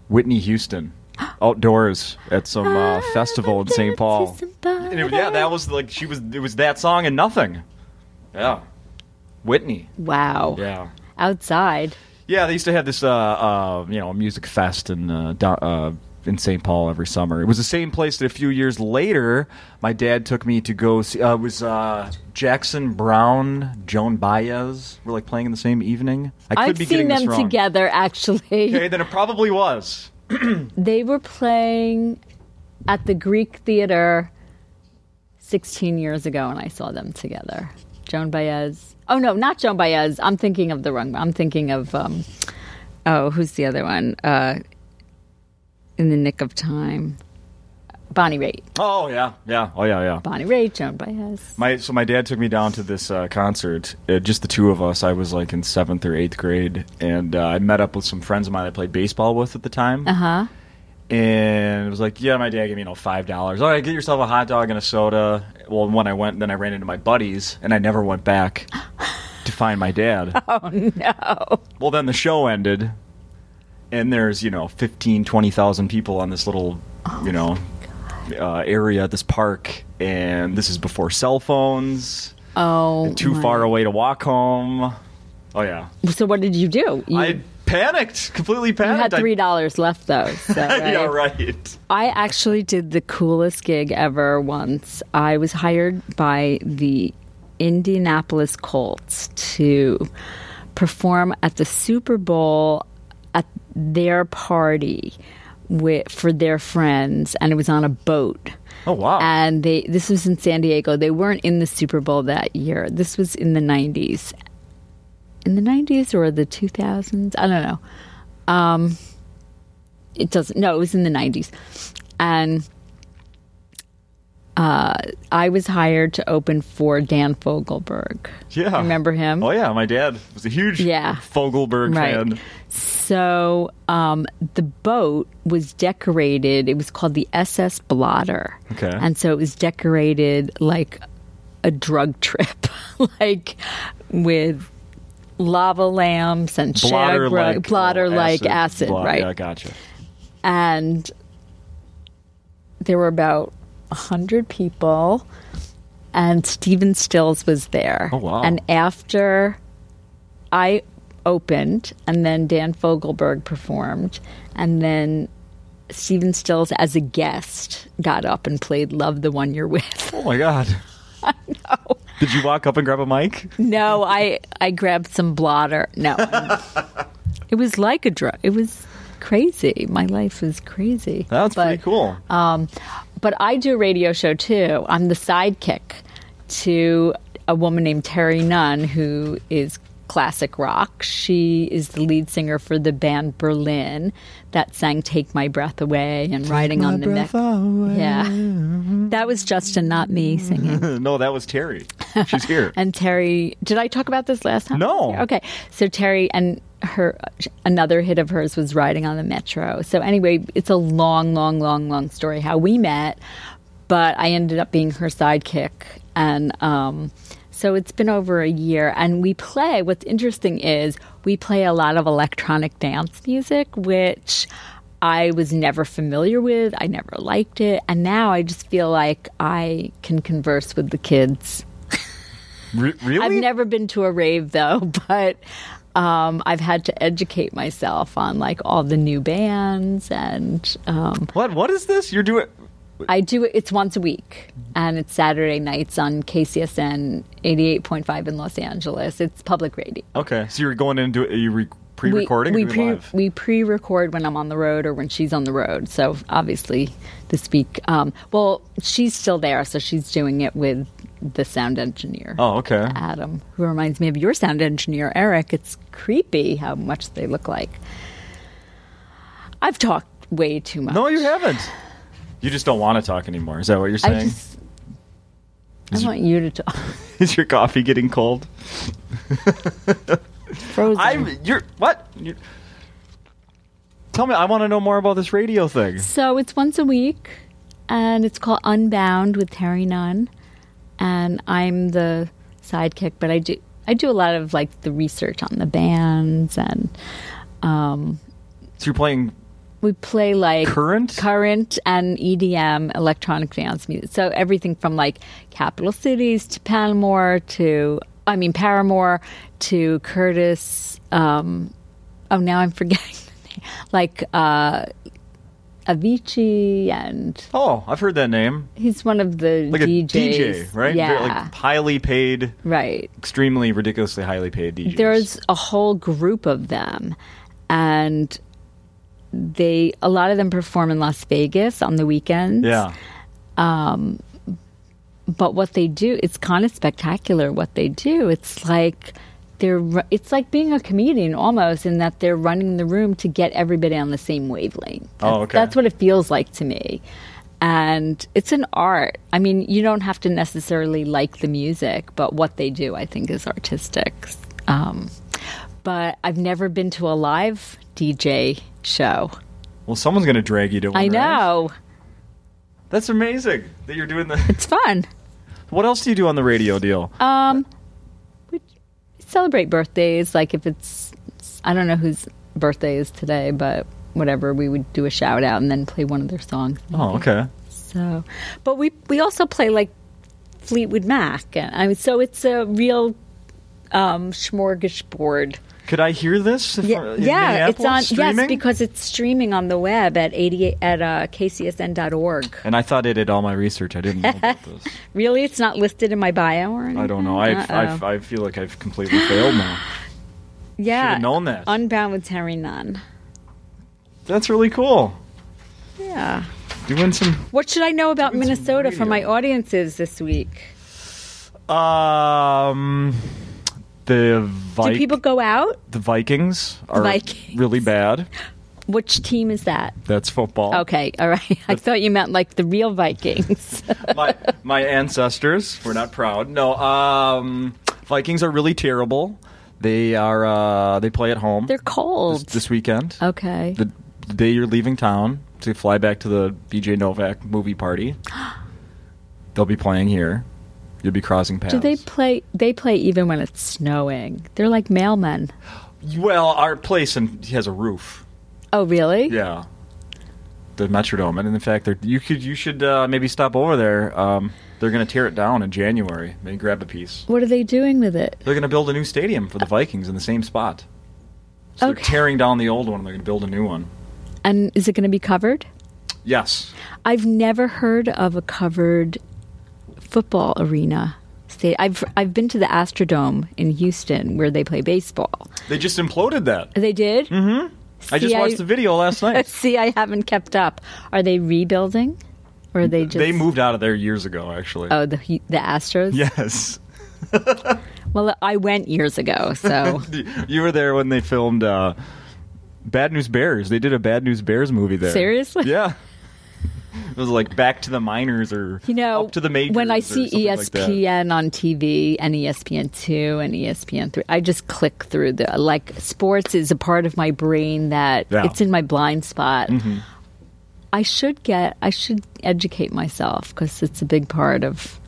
[SPEAKER 1] Whitney Houston, outdoors at some uh,
[SPEAKER 2] Ah,
[SPEAKER 1] festival in St. Paul. And it- yeah, that was like she was. It was that song and nothing. Yeah, Whitney.
[SPEAKER 2] Wow.
[SPEAKER 1] Yeah.
[SPEAKER 2] Outside.
[SPEAKER 1] Yeah, they used to have this, uh, uh, you know, music fest in uh, do- uh, in St. Paul every summer. It was the same place that a few years later, my dad took me to go see. Uh, it was uh, Jackson Brown, Joan Baez were like playing in the same evening. I could
[SPEAKER 2] I've
[SPEAKER 1] be
[SPEAKER 2] seen
[SPEAKER 1] getting
[SPEAKER 2] them
[SPEAKER 1] this wrong.
[SPEAKER 2] together actually.
[SPEAKER 1] Okay, then it probably was.
[SPEAKER 2] They were playing at the Greek Theater 16 years ago, and I saw them together. Joan Baez. Oh no, not Joan Baez. I'm thinking of the wrong. I'm thinking of um, oh, who's the other one? Uh, in the nick of time, Bonnie Raitt.
[SPEAKER 1] Oh yeah, yeah, oh yeah, yeah.
[SPEAKER 2] Bonnie Raitt, Joan Baez.
[SPEAKER 1] My so my dad took me down to this uh, concert. Uh, just the two of us. I was like in seventh or eighth grade, and uh, I met up with some friends of mine I played baseball with at the time.
[SPEAKER 2] Uh huh.
[SPEAKER 1] and it was like, yeah, my dad gave me you know five dollars. All right, get yourself a hot dog and a soda. Well, when I went, then I ran into my buddies, and I never went back to find my dad.
[SPEAKER 2] Oh no.
[SPEAKER 1] Well, then the show ended, and there's you know 15, 20,000 people on this little, you know, uh, area at this park, and this is before cell phones.
[SPEAKER 2] Oh.
[SPEAKER 1] Too
[SPEAKER 2] my-
[SPEAKER 1] far away to walk home. Oh yeah,
[SPEAKER 2] So what did you do? You,
[SPEAKER 1] I panicked, completely
[SPEAKER 2] you had
[SPEAKER 1] panicked. I-
[SPEAKER 2] three dollars left though. So,
[SPEAKER 1] yeah, right.
[SPEAKER 2] I actually did the coolest gig ever once. I was hired by the Indianapolis Colts to perform at the Super Bowl at their party with, for their friends, and it was on a boat.
[SPEAKER 1] Oh wow.
[SPEAKER 2] And they this was in San Diego. They weren't in the Super Bowl that year. This was in the 90s. In the 90s or the 2000s? I don't know. Um it doesn't no, it was in the 90s. And uh, I was hired to open for Dan Fogelberg.
[SPEAKER 1] Yeah.
[SPEAKER 2] Remember him?
[SPEAKER 1] Oh yeah, my dad was a huge
[SPEAKER 2] Yeah.
[SPEAKER 1] Fogelberg
[SPEAKER 2] Right.
[SPEAKER 1] fan.
[SPEAKER 2] So um, the boat was decorated. It was called the SS Blotter.
[SPEAKER 1] Okay.
[SPEAKER 2] And so it was decorated like a drug trip, like with lava lamps and shag rug, blotter like oh, acid,
[SPEAKER 1] blot-
[SPEAKER 2] right?
[SPEAKER 1] oh, Yeah, gotcha.
[SPEAKER 2] and there were about 100 people and Steven Stills was there.
[SPEAKER 1] Oh, wow.
[SPEAKER 2] And after I opened and then Dan Fogelberg performed and then Steven Stills as a guest got up and played Love the One You're With.
[SPEAKER 1] Oh my god. Did you walk up and grab a mic?
[SPEAKER 2] no, I I grabbed some blotter. No. it was like a drug. It was crazy. My life is crazy.
[SPEAKER 1] That's
[SPEAKER 2] But-
[SPEAKER 1] pretty cool.
[SPEAKER 2] Um, but I do a radio show too. I'm the sidekick to a woman named Terry Nunn, who is classic rock. She is the lead singer for the band Berlin that sang "Take My Breath Away" and "Riding on the Neck." Yeah, that was Justin, not me, singing.
[SPEAKER 1] no, that was Terry. She's here.
[SPEAKER 2] And Terry, did I talk about this last time?
[SPEAKER 1] No.
[SPEAKER 2] Okay. So Terry and her another hit of hers was riding on the metro. So anyway, it's a long, long, long, long story how we met, but I ended up being her sidekick, and um, so it's been over a year. And we play. What's interesting is we play a lot of electronic dance music, which. I was never familiar with. I never liked it. And now I just feel like I can converse with the kids
[SPEAKER 1] Re- really?
[SPEAKER 2] I've never been to a rave though, but um, I've had to educate myself on like all the new bands, and um,
[SPEAKER 1] what? What is this? You're doing?
[SPEAKER 2] I do it. It's once a week, and it's Saturday nights on KCSN eighty eight point five in Los Angeles. It's public radio.
[SPEAKER 1] Okay, so you're going into are you re- pre-recording?
[SPEAKER 2] We,
[SPEAKER 1] or
[SPEAKER 2] we,
[SPEAKER 1] doing
[SPEAKER 2] pre,
[SPEAKER 1] live?
[SPEAKER 2] we pre-record when I'm on the road or when she's on the road. So obviously, this week, um, well, she's still there, so she's doing it with the sound engineer.
[SPEAKER 1] oh, okay.
[SPEAKER 2] Adam, who reminds me of your sound engineer, Eric. It's creepy how much they look like. I've talked way too much.
[SPEAKER 1] No, you haven't. You just don't want to talk anymore. Is that what you're
[SPEAKER 2] I
[SPEAKER 1] saying?
[SPEAKER 2] just I want you to talk.
[SPEAKER 1] Is your coffee getting cold?
[SPEAKER 2] Frozen.
[SPEAKER 1] I'm. You're what? You're, tell me. I want to know more about this radio thing.
[SPEAKER 2] So it's once a week, and it's called Unbound with Terry Nunn, and I'm the sidekick. But I do I do a lot of like the research on the bands, and um,
[SPEAKER 1] So you're playing
[SPEAKER 2] we play like
[SPEAKER 1] current?
[SPEAKER 2] current and EDM electronic dance music. So everything from like capital cities to Paramore to I mean Paramore to Curtis. Um, oh, now I'm forgetting the name. Like uh, Avicii and
[SPEAKER 1] Oh, I've heard that name.
[SPEAKER 2] he's one of the
[SPEAKER 1] Like
[SPEAKER 2] DJs.
[SPEAKER 1] a DJ, right?
[SPEAKER 2] Yeah,
[SPEAKER 1] They're like highly paid,
[SPEAKER 2] right.
[SPEAKER 1] extremely ridiculously highly paid DJs.
[SPEAKER 2] There's a whole group of them, and they a lot of them perform in Las Vegas on the weekends.
[SPEAKER 1] yeah.
[SPEAKER 2] but what they do it's kind of spectacular what they do it's like they're ru- it's like being a comedian almost in that they're running the room to get everybody on the same wavelength
[SPEAKER 1] Oh, okay.
[SPEAKER 2] that's what it feels like to me and it's an art i mean you don't have to necessarily like the music but what they do i think is artistic um, but i've never been to a live dj show
[SPEAKER 1] Oh, Well, someone's gonna drag you to one.
[SPEAKER 2] i
[SPEAKER 1] right?
[SPEAKER 2] know
[SPEAKER 1] That's amazing that you're doing the.
[SPEAKER 2] it's fun
[SPEAKER 1] What else do you do on the radio deal?
[SPEAKER 2] Um, celebrate birthdays. Like if it's, I don't know whose birthday is today, but whatever, we would do a shout out and then play one of their songs.
[SPEAKER 1] oh, okay.
[SPEAKER 2] So, but we we also play like Fleetwood Mac, and I mean, so it's a real um, smorgasbord.
[SPEAKER 1] Could I hear this? if-
[SPEAKER 2] Yeah,
[SPEAKER 1] in
[SPEAKER 2] yeah it's
[SPEAKER 1] Minneapolis?
[SPEAKER 2] on. Yes,
[SPEAKER 1] Streaming?
[SPEAKER 2] because it's streaming on the web at eighty at uh, kcsn.org.
[SPEAKER 1] And I thought I did all my research. I didn't know about this.
[SPEAKER 2] Really, it's not listed in my bio or anything.
[SPEAKER 1] I don't know. I,
[SPEAKER 2] Uh-oh.
[SPEAKER 1] I, I feel like I've completely failed now.
[SPEAKER 2] yeah
[SPEAKER 1] Should've known that.
[SPEAKER 2] Unbound with Terry Nunn.
[SPEAKER 1] That's really cool.
[SPEAKER 2] Yeah.
[SPEAKER 1] Doing some.
[SPEAKER 2] What should I know about
[SPEAKER 1] Doing some
[SPEAKER 2] Minnesota for my
[SPEAKER 1] radio.
[SPEAKER 2] audiences this week?
[SPEAKER 1] Um, the
[SPEAKER 2] Do
[SPEAKER 1] Vi-
[SPEAKER 2] people go out?
[SPEAKER 1] the Vikings are
[SPEAKER 2] Vikings.
[SPEAKER 1] really bad.
[SPEAKER 2] Which team is that?
[SPEAKER 1] That's football.
[SPEAKER 2] Okay, all right. I thought you meant like the real Vikings.
[SPEAKER 1] my my ancestors were not proud. No. Um, Vikings are really terrible. They are. Uh, they play at home
[SPEAKER 2] They're
[SPEAKER 1] this,
[SPEAKER 2] cold.
[SPEAKER 1] this weekend.
[SPEAKER 2] okay.
[SPEAKER 1] The, the day you're leaving town to fly back to the BJ Novak movie party, they'll be playing here. You'll be crossing paths.
[SPEAKER 2] Do they play? They play even when it's snowing. They're like mailmen.
[SPEAKER 1] Well, our place and has a roof.
[SPEAKER 2] Oh, really?
[SPEAKER 1] Yeah, the Metrodome, and in fact, they're- you could you should uh, maybe stop over there. Um, they're going to tear it down in January. Maybe grab a piece.
[SPEAKER 2] What are they doing with it?
[SPEAKER 1] They're going to build a new stadium for the Vikings in the same spot. So
[SPEAKER 2] Okay.
[SPEAKER 1] they're tearing down the old one. They're going to build a new one.
[SPEAKER 2] And is it going to be covered?
[SPEAKER 1] Yes,
[SPEAKER 2] I've never heard of a covered football arena. Sta- I've I've been to the Astrodome in Houston where they play baseball.
[SPEAKER 1] they just imploded that.
[SPEAKER 2] They did.
[SPEAKER 1] I just
[SPEAKER 2] See, I-
[SPEAKER 1] watched the video last night.
[SPEAKER 2] See, I haven't kept up. Are they rebuilding? Or are they just
[SPEAKER 1] they moved out of there years ago, actually.
[SPEAKER 2] Oh, the the Astros.
[SPEAKER 1] Yes.
[SPEAKER 2] Well, I went years ago, so
[SPEAKER 1] You were there when they filmed uh, Bad News Bears. They did a Bad News Bears movie there.
[SPEAKER 2] Seriously?
[SPEAKER 1] Yeah. It was like back to the minors or
[SPEAKER 2] you know.
[SPEAKER 1] up to the majors.
[SPEAKER 2] when I
[SPEAKER 1] or
[SPEAKER 2] see E
[SPEAKER 1] something like that.
[SPEAKER 2] ESPN on TV and E ESPN two and E ESPN three, I just click through the like sports is a part of my brain that
[SPEAKER 1] Yeah. Mm-hmm.
[SPEAKER 2] it's in my blind spot. I should get. I should educate myself because it's a big part of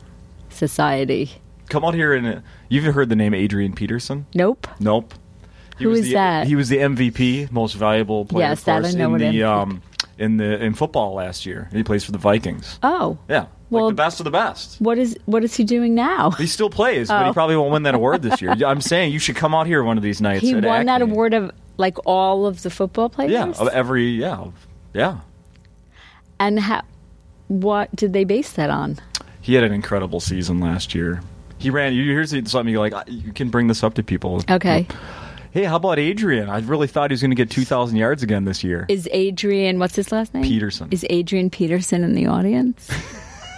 [SPEAKER 2] society.
[SPEAKER 1] Come out here and uh, you've heard the name Adrian Peterson?
[SPEAKER 2] Nope.
[SPEAKER 1] Nope. He
[SPEAKER 2] Who
[SPEAKER 1] was
[SPEAKER 2] is
[SPEAKER 1] the,
[SPEAKER 2] that?
[SPEAKER 1] He was the MVP, most valuable player.
[SPEAKER 2] Yes,
[SPEAKER 1] of
[SPEAKER 2] that I
[SPEAKER 1] course,
[SPEAKER 2] know
[SPEAKER 1] in
[SPEAKER 2] what
[SPEAKER 1] the
[SPEAKER 2] MVP
[SPEAKER 1] um, in the in football last year. He plays for the Vikings.
[SPEAKER 2] Oh.
[SPEAKER 1] Yeah,
[SPEAKER 2] Well-
[SPEAKER 1] like the best of the best.
[SPEAKER 2] What is what is he doing now?
[SPEAKER 1] He still plays, but
[SPEAKER 2] Oh.
[SPEAKER 1] he probably won't win that award this year. I'm saying you should come out here one of these nights.
[SPEAKER 2] He
[SPEAKER 1] at
[SPEAKER 2] won that
[SPEAKER 1] Acme.
[SPEAKER 2] award of like all of the football players.
[SPEAKER 1] Yeah, of every yeah, of- yeah.
[SPEAKER 2] And how, what did they base that on?
[SPEAKER 1] He had an incredible season last year. He ran. you- Here's something you like. I- You can bring this up to people.
[SPEAKER 2] Okay.
[SPEAKER 1] Hey, how about Adrian? I really thought he was going to get 2,000 yards again this year.
[SPEAKER 2] Is Adrian, what's his last name?
[SPEAKER 1] Peterson.
[SPEAKER 2] Is Adrian Peterson in the audience?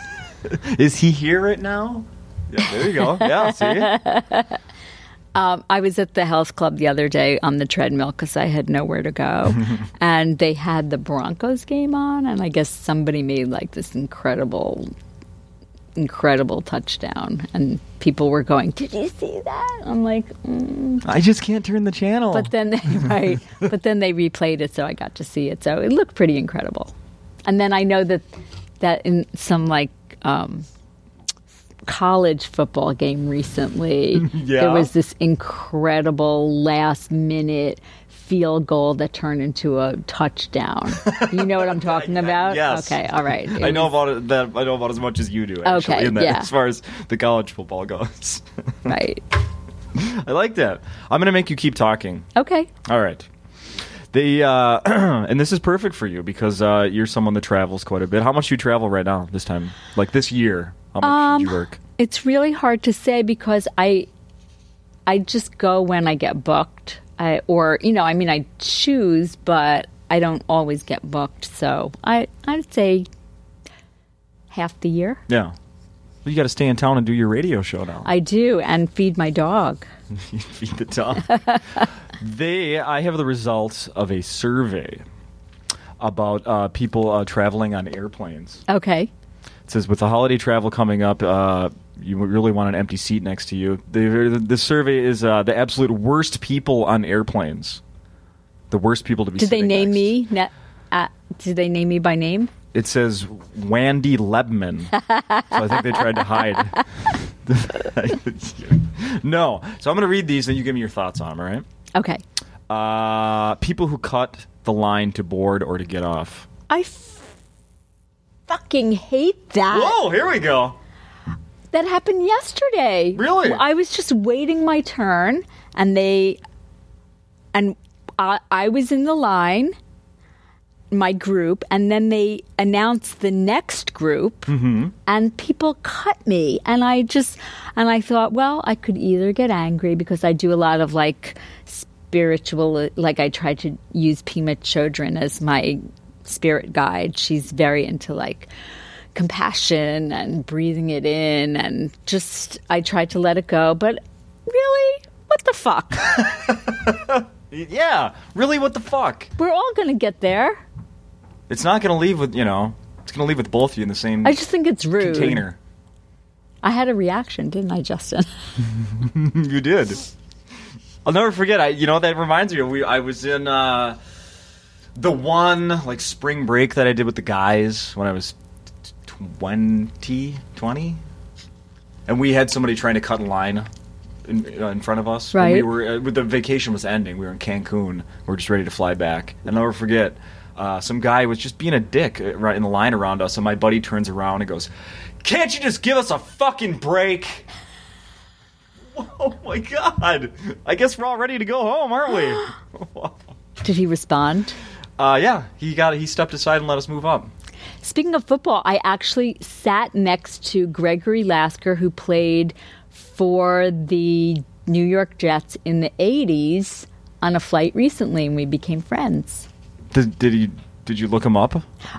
[SPEAKER 1] Is he here right now? Yeah, there you go. Yeah, see.
[SPEAKER 2] Um, I was at the health club the other day on the treadmill because I had nowhere to go, and they had the Broncos game on, and I guess somebody made like this incredible, incredible touchdown, and people were going, "Did you see that?" I'm like, mm.
[SPEAKER 1] I just can't turn the channel.
[SPEAKER 2] but then they right, but then they replayed it, so I got to see it, so it looked pretty incredible, and then I know that that in some like. Um, college football game recently.
[SPEAKER 1] Yeah.
[SPEAKER 2] There was this incredible last minute field goal that turned into a touchdown. You know what I'm talking about?
[SPEAKER 1] Yes.
[SPEAKER 2] Okay, all right. It
[SPEAKER 1] I know
[SPEAKER 2] was-
[SPEAKER 1] about it, that. I know about as much as you do. Actually,
[SPEAKER 2] Okay,
[SPEAKER 1] in that,
[SPEAKER 2] yeah.
[SPEAKER 1] as far as the college football goes,
[SPEAKER 2] right.
[SPEAKER 1] I like that. I'm going to make you keep talking.
[SPEAKER 2] Okay.
[SPEAKER 1] All right. The uh, and this is perfect for you because uh, you're someone that travels quite a bit. How much do you travel right now? This time, like this year, how much did you work?
[SPEAKER 2] It's really hard to say because I I just go when I get booked. I or you know, I mean I choose, but I don't always get booked. So, I I'd say half the year.
[SPEAKER 1] Yeah, you got to stay in town and do your radio show now.
[SPEAKER 2] I do and feed my dog.
[SPEAKER 1] Feed the tongue. they, I have the results of a survey about uh, people uh, traveling on airplanes.
[SPEAKER 2] Okay.
[SPEAKER 1] It says with the holiday travel coming up, uh, you really want an empty seat next to you. The, the survey is uh, the absolute worst people on airplanes. The worst people to be.
[SPEAKER 2] Did they
[SPEAKER 1] sitting
[SPEAKER 2] name
[SPEAKER 1] next.
[SPEAKER 2] me? Ne- uh, did they name me by name?
[SPEAKER 1] It says Wandy Lebman. so I think they tried to hide. the fact that you- no. So I'm going to read these, and you give me your thoughts on them. All right.
[SPEAKER 2] Okay.
[SPEAKER 1] Uh, people who cut the line to board or to get off.
[SPEAKER 2] I f- fucking hate that.
[SPEAKER 1] Whoa, here we go.
[SPEAKER 2] That happened yesterday.
[SPEAKER 1] Really?
[SPEAKER 2] I was just waiting my turn, and they, and I, I was in the line, my group, and then they announced the next group, and people cut me, and I just, and I thought, well, I could either get angry because I do a lot of like spiritual, like I try to use Pima Chodron as my spirit guide. She's very into like compassion and breathing it in and just I tried to let it go, but really, what the fuck?
[SPEAKER 1] Yeah, really, what the fuck?
[SPEAKER 2] We're all going to get there.
[SPEAKER 1] It's not going to leave with, you know, it's going to leave with both of you in the same
[SPEAKER 2] I just think it's rude.
[SPEAKER 1] container.
[SPEAKER 2] I had a reaction, didn't I, Justin?
[SPEAKER 1] You did. I'll never forget. I, you know, that reminds me. of We, I was in uh, the one like spring break that I did with the guys when I was 20, 20? and we had somebody trying to cut in line in, uh, in front of us. And We
[SPEAKER 2] Right.
[SPEAKER 1] were uh, the vacation was ending. We were in Cancun. We were just ready to fly back. And I'll never forget. Uh, some guy was just being a dick uh, right in the line around us, and my buddy turns around and goes, "Can't you just give us a fucking break?" Oh my god! I guess we're all ready to go home, aren't we?
[SPEAKER 2] Did he respond?
[SPEAKER 1] uh, yeah, he got he stepped aside and let us move up.
[SPEAKER 2] Speaking of football, I actually sat next to Gregory Lasker, who played for the New York Jets in the 80s on a flight recently, and we became friends.
[SPEAKER 1] Did, did he? Did you look him up?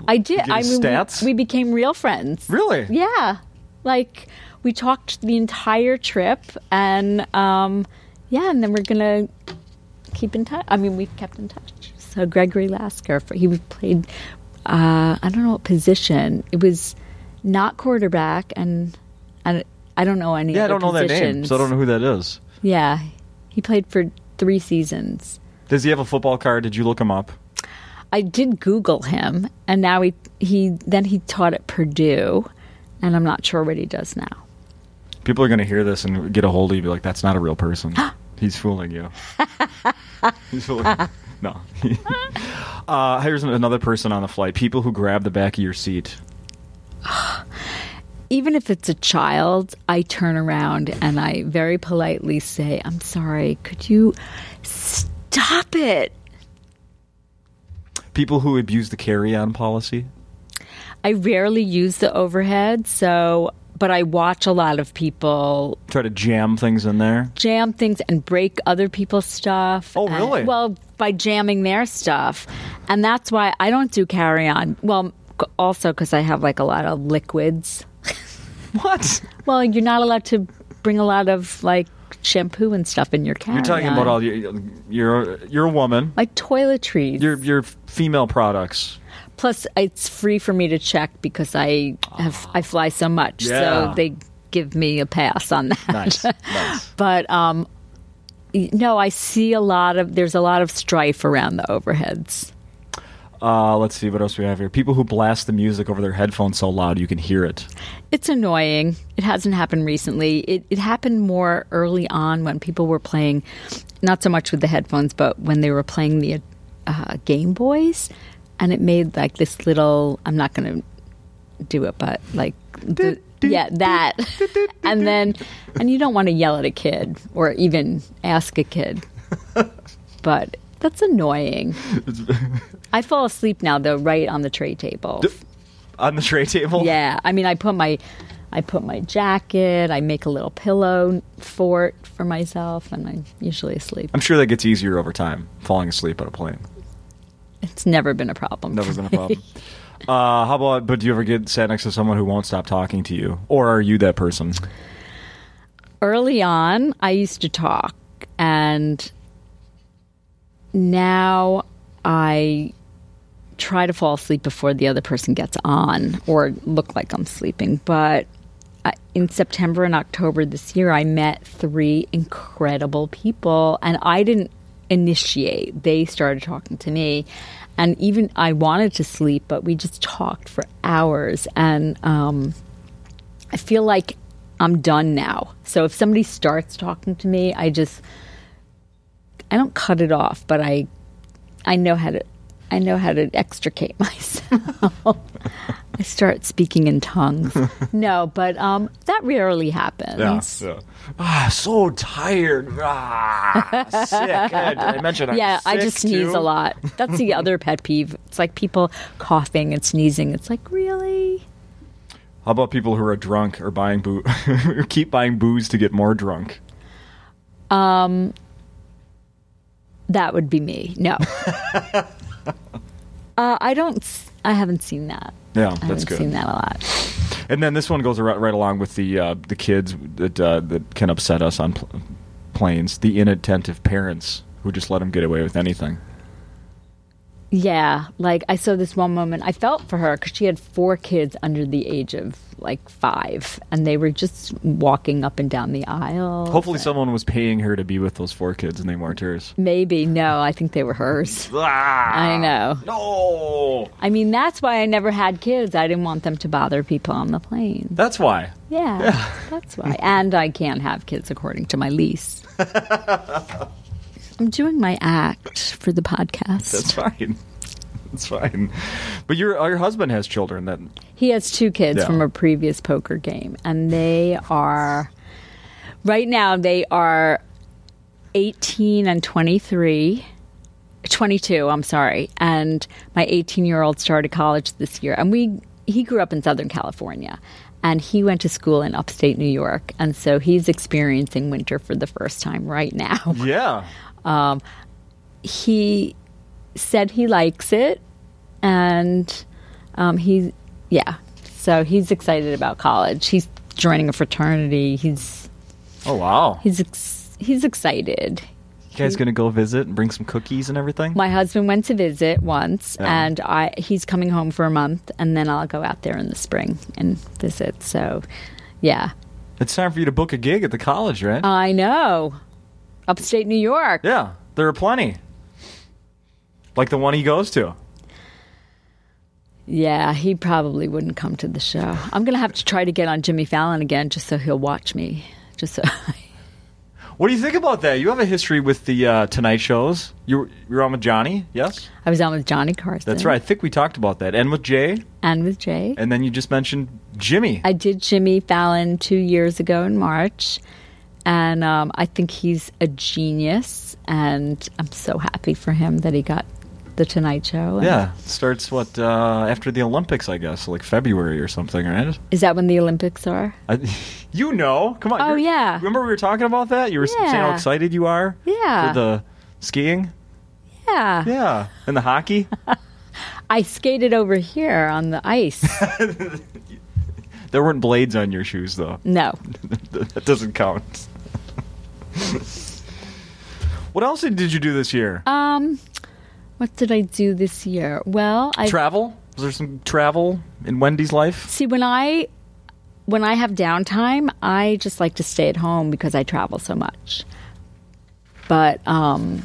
[SPEAKER 2] I did.
[SPEAKER 1] Did
[SPEAKER 2] I
[SPEAKER 1] his
[SPEAKER 2] mean, we-
[SPEAKER 1] stats?
[SPEAKER 2] We, became real friends.
[SPEAKER 1] Really?
[SPEAKER 2] Yeah. Like we talked the entire trip, and um, yeah, and then we're gonna keep in touch. I mean, we've kept in touch. So Gregory Lasker, for, he played. Uh, I don't know what position. It was not quarterback, and and I don't know any.
[SPEAKER 1] Yeah, I
[SPEAKER 2] other
[SPEAKER 1] don't know that name,
[SPEAKER 2] positions.
[SPEAKER 1] so I don't know who that is.
[SPEAKER 2] Yeah, he played for three seasons.
[SPEAKER 1] Does he have a football card? Did you look him up?
[SPEAKER 2] I did Google him, and now he he then he taught at Purdue, and I'm not sure what he does now.
[SPEAKER 1] People are going to hear this and get a hold of you and be like, that's not a real person. He's fooling you. He's fooling you. No. uh, here's another person on the flight. People who grab the back of your seat.
[SPEAKER 2] Even if it's a child, I turn around and I very politely say, "I'm sorry. Could you stop it?"
[SPEAKER 1] People who abuse the carry on policy.
[SPEAKER 2] I rarely use the overhead, so but I watch a lot of people
[SPEAKER 1] Try to jam things in there.
[SPEAKER 2] jam things and break other people's stuff.
[SPEAKER 1] Oh,
[SPEAKER 2] and-
[SPEAKER 1] really?
[SPEAKER 2] well, by jamming their stuff. And that's why I don't do carry on. Well, c- also because I have like a lot of liquids.
[SPEAKER 1] What?
[SPEAKER 2] Well, you're not allowed to bring a lot of like shampoo and stuff in your carry.
[SPEAKER 1] You're talking about all your you're you're a woman.
[SPEAKER 2] my toiletries.
[SPEAKER 1] Your your female products.
[SPEAKER 2] Plus, it's free for me to check because I have I fly so much,
[SPEAKER 1] Yeah.
[SPEAKER 2] so they give me a pass on that.
[SPEAKER 1] Nice. nice.
[SPEAKER 2] But um, y- no, I see a lot of there's a lot of strife around the overheads.
[SPEAKER 1] Uh, let's see what else we have here. People who blast the music over their headphones so loud you can hear it.
[SPEAKER 2] It's annoying. It hasn't happened recently. It, it happened more early on when people were playing, not so much with the headphones, but when they were playing the uh, Game Boys, and it made like this little. I'm not going to do it, but like the, yeah, that, and then and you don't want to yell at a kid or even ask a kid, but that's annoying. I fall asleep now though, right on the tray table.
[SPEAKER 1] On the tray table.
[SPEAKER 2] Yeah, I mean, I put my, I put my jacket. I make a little pillow fort for myself, and I'm usually asleep.
[SPEAKER 1] I'm sure that gets easier over time. Falling asleep on a plane.
[SPEAKER 2] It's never been a problem.
[SPEAKER 1] Never been a problem. Uh, how about? But do you ever get sat next to someone who won't stop talking to you, or are you that person?
[SPEAKER 2] Early on, I used to talk, and now I try to fall asleep before the other person gets on or look like I'm sleeping. But uh, in September and October this year, I met three incredible people, and I didn't initiate. They started talking to me, and even I wanted to sleep, but we just talked for hours, and um, I feel like I'm done now. So if somebody starts talking to me, I just I don't cut it off, but I I know how to I know how to extricate myself. I start speaking in tongues. No, but um, that rarely happens.
[SPEAKER 1] Ah, so tired. Ah, sick. Yeah, did I mention I'm
[SPEAKER 2] Yeah, I
[SPEAKER 1] sick,
[SPEAKER 2] just sneeze
[SPEAKER 1] too?
[SPEAKER 2] a lot. That's the other pet peeve. It's like people coughing and sneezing. It's like, really?
[SPEAKER 1] How about people who are drunk or buying boo, who keep buying booze to get more drunk?
[SPEAKER 2] That would be me. No. uh, I don't, s- I haven't seen that.
[SPEAKER 1] Yeah,
[SPEAKER 2] I
[SPEAKER 1] that's
[SPEAKER 2] haven't seen
[SPEAKER 1] good.
[SPEAKER 2] that a lot.
[SPEAKER 1] And then this one goes right, right along with the uh, the kids that uh, that can upset us on pl- planes. The inattentive parents who just let them get away with anything.
[SPEAKER 2] Yeah, like I saw this one woman. I felt for her because she had four kids under the age of like five, and they were just walking up and down the aisle.
[SPEAKER 1] Hopefully, someone was paying her to be with those four kids, and they weren't hers.
[SPEAKER 2] Maybe no, I think they were hers. I know.
[SPEAKER 1] No,
[SPEAKER 2] I mean, that's why I never had kids. I didn't want them to bother people on the plane.
[SPEAKER 1] that's why.
[SPEAKER 2] Yeah, that's why. And I can't have kids according to my lease. I'm doing my act for the podcast.
[SPEAKER 1] That's fine. That's fine. But your uh, your husband has children. That
[SPEAKER 2] He has two kids
[SPEAKER 1] Yeah.
[SPEAKER 2] from a previous poker game, and they are right now they are 18 and 23. 22, I'm sorry. And my 18 year old started college this year. And we he grew up in Southern California and he went to school in upstate New York. And so he's experiencing winter for the first time right now.
[SPEAKER 1] yeah.
[SPEAKER 2] He said he likes it and um, he yeah so he's excited about college he's joining a fraternity he's
[SPEAKER 1] Oh wow.
[SPEAKER 2] he's ex- he's excited
[SPEAKER 1] You guys gonna go visit and bring some cookies and everything?
[SPEAKER 2] my husband went to visit once
[SPEAKER 1] Yeah.
[SPEAKER 2] and i he's coming home for a month and then i'll go out there in the spring and visit so yeah
[SPEAKER 1] It's time for you to book a gig at the college, right?
[SPEAKER 2] i know upstate new york
[SPEAKER 1] yeah, there are plenty. Like the one he goes to.
[SPEAKER 2] yeah he probably wouldn't come to the show i'm gonna have to try to get on jimmy fallon again just so he'll watch me just so
[SPEAKER 1] What do you think about that? You have a history with the uh, Tonight shows. You you're on with Johnny, yes?
[SPEAKER 2] i was on with johnny carson
[SPEAKER 1] That's right. I think we talked about that, and with Jay,
[SPEAKER 2] and with jay
[SPEAKER 1] and then you just mentioned Jimmy.
[SPEAKER 2] I did Jimmy Fallon two years ago in March, and um, I think he's a genius, and I'm so happy for him that he got the Tonight Show. And
[SPEAKER 1] yeah, starts what uh, after the Olympics, I guess, like February or something, right?
[SPEAKER 2] is that when the Olympics are?
[SPEAKER 1] I, you know, come on.
[SPEAKER 2] Oh,
[SPEAKER 1] you're-
[SPEAKER 2] yeah.
[SPEAKER 1] Remember we were talking about that? You were saying how
[SPEAKER 2] Yeah.
[SPEAKER 1] excited you are
[SPEAKER 2] Yeah.
[SPEAKER 1] for the skiing.
[SPEAKER 2] yeah,
[SPEAKER 1] Yeah, and the hockey.
[SPEAKER 2] I skated over here on the ice.
[SPEAKER 1] There weren't blades on your shoes, though.
[SPEAKER 2] no,
[SPEAKER 1] that doesn't count. What else did you do this year?
[SPEAKER 2] Um, what did I do this year? Well, I
[SPEAKER 1] travel? Was there some travel in Wendy's life?
[SPEAKER 2] see when I when I have downtime, I just like to stay at home because I travel so much. But um,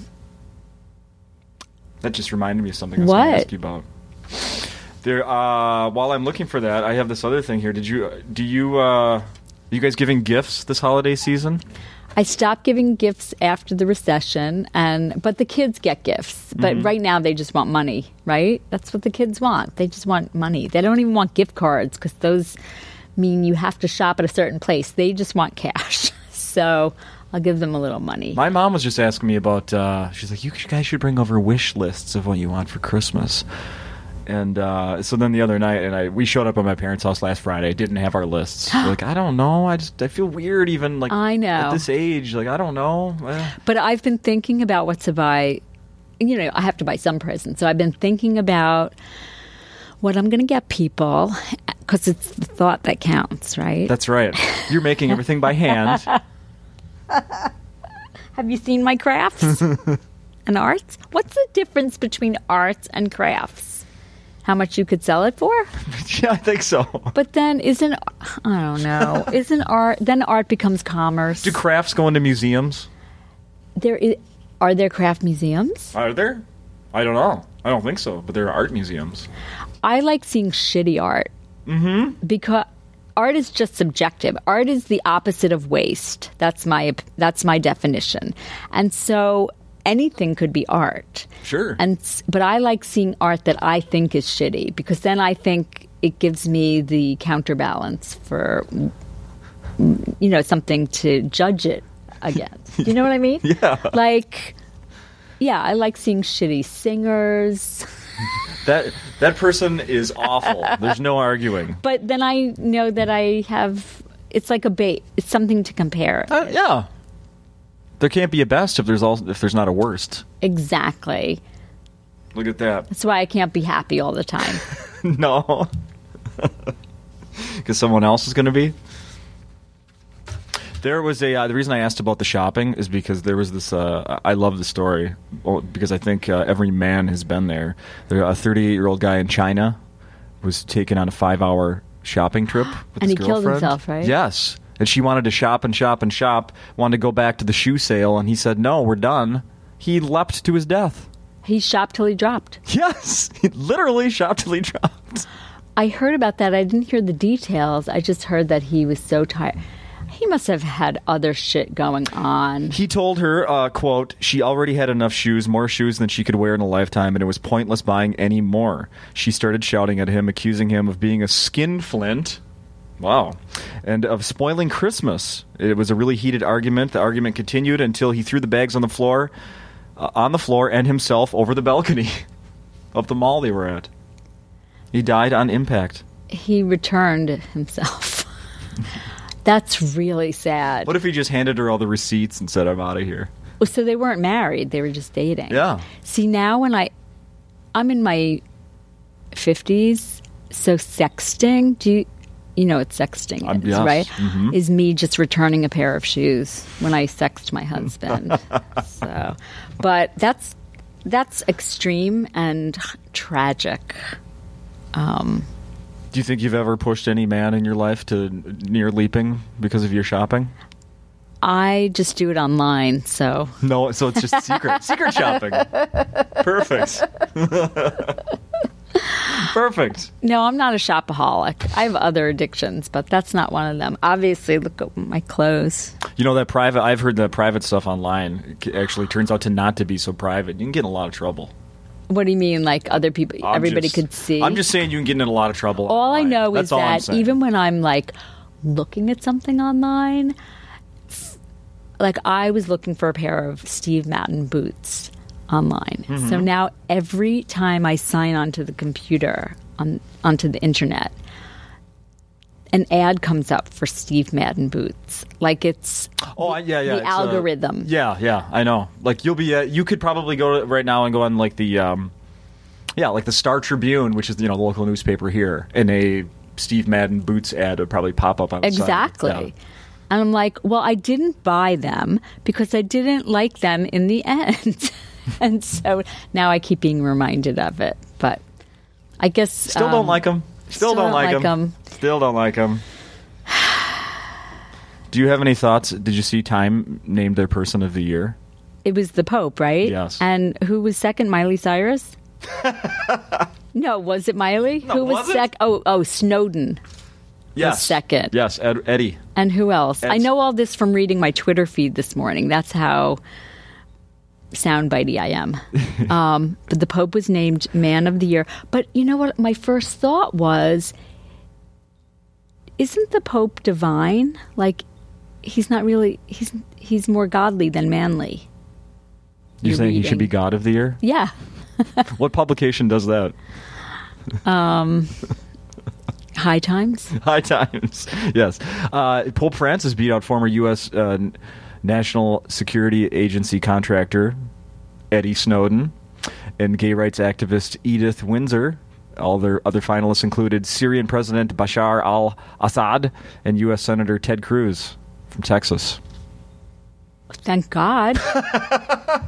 [SPEAKER 1] That just reminded me of something I was going to
[SPEAKER 2] What?
[SPEAKER 1] ask you about. There, uh, while I'm looking for that, I have this other thing here. Did you? Do you? Uh, are you guys giving gifts this holiday season?
[SPEAKER 2] I stopped giving gifts after the recession, and but the kids get gifts. But right now, they just want money, right? That's what the kids want. They just want money. They don't even want gift cards because those mean you have to shop at a certain place. They just want cash. so I'll give them a little money.
[SPEAKER 1] My mom was just asking me about. Uh, she's like, "You guys should bring over wish lists of what you want for Christmas." And uh, so then the other night, and I we showed up at my parents' house last Friday. Didn't have our lists. We're like I don't know. I just I feel weird even like
[SPEAKER 2] I know.
[SPEAKER 1] at this age. Like I don't know. Eh.
[SPEAKER 2] But I've been thinking about what to buy. You know, I have to buy some presents. So I've been thinking about what I'm going to get people because it's the thought that counts, right?
[SPEAKER 1] That's right. You're making everything by hand.
[SPEAKER 2] have you seen my crafts and arts? What's the difference between arts and crafts? How much you could sell it for?
[SPEAKER 1] yeah, I think so.
[SPEAKER 2] But then isn't I don't know. Isn't art then art becomes commerce?
[SPEAKER 1] Do crafts go into museums?
[SPEAKER 2] there is are there craft museums?
[SPEAKER 1] Are there? I don't know. I don't think so. But there are art museums.
[SPEAKER 2] I like seeing shitty art. Mm-hmm. Because art is just subjective. Art is the opposite of waste. That's my op- that's my definition. And so anything could be art.
[SPEAKER 1] Sure.
[SPEAKER 2] And s- but I like seeing art that I think is shitty because then I think it gives me the counterbalance for mm, you know something to judge it against. you know what I mean? Yeah. Like yeah, I like seeing shitty singers.
[SPEAKER 1] that that person is awful. There's no arguing.
[SPEAKER 2] but then I know that I have. It's like a bait. It's something to compare.
[SPEAKER 1] Uh, yeah. There can't be a best if there's all if there's not a worst.
[SPEAKER 2] Exactly.
[SPEAKER 1] Look at that.
[SPEAKER 2] That's why I can't be happy all the time.
[SPEAKER 1] no. Because someone else is going to be. There was a uh, the reason I asked about the shopping is because there was this. Uh, I love the story well, because I think uh, every man has been there. There, a 38 year old guy in China was taken on a five hour shopping trip with
[SPEAKER 2] And
[SPEAKER 1] his
[SPEAKER 2] he killed
[SPEAKER 1] girlfriend.
[SPEAKER 2] himself, right?
[SPEAKER 1] Yes, and she wanted to shop and shop and shop. Wanted to go back to the shoe sale, and he said, "No, we're done." He leapt to his death.
[SPEAKER 2] he shopped till he dropped.
[SPEAKER 1] Yes, he literally shop till he dropped.
[SPEAKER 2] I heard about that. I didn't hear the details. I just heard that he was so tired. He must have had other shit going on.
[SPEAKER 1] He told her, uh, quote, she already had enough shoes, more shoes than she could wear in a lifetime, and it was pointless buying any more. She started shouting at him, accusing him of being a skinflint. Wow. And of spoiling Christmas. It was a really heated argument. The argument continued until he threw the bags on the floor, uh, on the floor, and himself over the balcony of the mall they were at. He died on impact.
[SPEAKER 2] He returned himself. That's really sad.
[SPEAKER 1] What if he just handed her all the receipts and said, I'm out of here?
[SPEAKER 2] Well, so they weren't married; they were just dating.
[SPEAKER 1] Yeah.
[SPEAKER 2] See, now when I, I'm in my fifties, so sexting. Do you, you know what sexting
[SPEAKER 1] Um,
[SPEAKER 2] is,
[SPEAKER 1] yes.
[SPEAKER 2] right? Is me just returning a pair of shoes when I sext my husband. so, but that's that's extreme and tragic. Um,
[SPEAKER 1] Do you think you've ever pushed any man in your life to near leaping because of your shopping?
[SPEAKER 2] I just do it online, so
[SPEAKER 1] No, so it's just secret secret shopping. Perfect. Perfect.
[SPEAKER 2] No, I'm not a shopaholic. I have other addictions, but that's not one of them. Obviously, look at my clothes.
[SPEAKER 1] You know that private I've heard that private stuff online c- actually turns out to not to be so private. You can get in a lot of trouble.
[SPEAKER 2] What do you mean? Like other people,
[SPEAKER 1] I'm
[SPEAKER 2] everybody
[SPEAKER 1] just-
[SPEAKER 2] could see.
[SPEAKER 1] I'm just saying you can get in a lot of trouble.
[SPEAKER 2] All I
[SPEAKER 1] online.
[SPEAKER 2] know
[SPEAKER 1] That's
[SPEAKER 2] is
[SPEAKER 1] all I'm
[SPEAKER 2] that
[SPEAKER 1] saying.
[SPEAKER 2] even when I'm like looking at something online, like I was looking for a pair of Steve Madden boots online.
[SPEAKER 1] Mm-hmm.
[SPEAKER 2] So now every time I sign onto the computer on onto the internet, an ad comes up for Steve Madden boots. Like it's
[SPEAKER 1] Oh, I- yeah, yeah.
[SPEAKER 2] the
[SPEAKER 1] it's, uh,
[SPEAKER 2] algorithm.
[SPEAKER 1] yeah, yeah, I know. Like you'll be, uh, you could probably go to- right now and go on like the, um, yeah, like the Star Tribune, which is you know the local newspaper here, and a Steve Madden boots ad would probably pop up on the side.
[SPEAKER 2] Exactly.
[SPEAKER 1] Yeah.
[SPEAKER 2] And I'm like, well, I didn't buy them because I didn't like them in the end. and so now I keep being reminded of it. But I guess.
[SPEAKER 1] Still don't
[SPEAKER 2] um,
[SPEAKER 1] like them. Still, don't, like them.
[SPEAKER 2] 'em.
[SPEAKER 1] Still don't like them. Do you have any thoughts? Did you see Time named their person of the year?
[SPEAKER 2] It was the Pope, right?
[SPEAKER 1] Yes.
[SPEAKER 2] And who was second? Miley Cyrus? no, was it Miley?
[SPEAKER 1] No,
[SPEAKER 2] who was
[SPEAKER 1] was it?
[SPEAKER 2] second? Oh, oh, Snowden.
[SPEAKER 1] Yes.
[SPEAKER 2] second.
[SPEAKER 1] Yes, Ed, Eddie.
[SPEAKER 2] And who else? I
[SPEAKER 1] It's-
[SPEAKER 2] know all this from reading my Twitter feed this morning. That's how soundbitey I am. um, but the Pope was named Man of the Year. But you know what? My first thought was isn't the Pope divine? Like, he's not really, he's, he's more godly than manly.
[SPEAKER 1] You're,
[SPEAKER 2] You're
[SPEAKER 1] saying he should be
[SPEAKER 2] reading.
[SPEAKER 1] God of the year?
[SPEAKER 2] Yeah.
[SPEAKER 1] what publication does that?
[SPEAKER 2] High times.
[SPEAKER 1] High Times. Yes. Uh, Pope Francis beat out former U.S. Uh, n- National Security Agency contractor Eddie Snowden and gay rights activist Edith Windsor. All their other finalists included Syrian President Bashar al Assad and U.S. Senator Ted Cruz from Texas.
[SPEAKER 2] Thank God.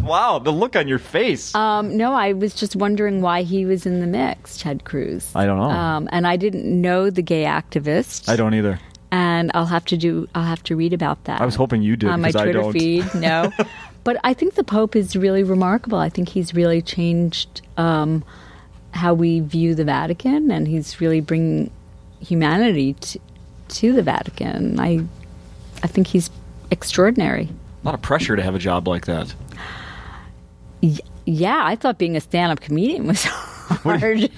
[SPEAKER 1] Wow, the look on your face.
[SPEAKER 2] Um, no, I was just wondering why he was in the mix, Ted Cruz.
[SPEAKER 1] I don't know.
[SPEAKER 2] Um, and I didn't know the gay activist.
[SPEAKER 1] I don't either.
[SPEAKER 2] and I'll have to do. I'll have to read about that.
[SPEAKER 1] I was hoping you did
[SPEAKER 2] on my
[SPEAKER 1] because I
[SPEAKER 2] Twitter
[SPEAKER 1] don't.
[SPEAKER 2] feed. No, but I think the Pope is really remarkable. I think he's really changed um, how we view the Vatican, and he's really bringing humanity to, to the Vatican. I, I think he's extraordinary.
[SPEAKER 1] A lot of pressure to have a job like that.
[SPEAKER 2] Yeah, I thought being a stand-up comedian was
[SPEAKER 1] What do
[SPEAKER 2] hard,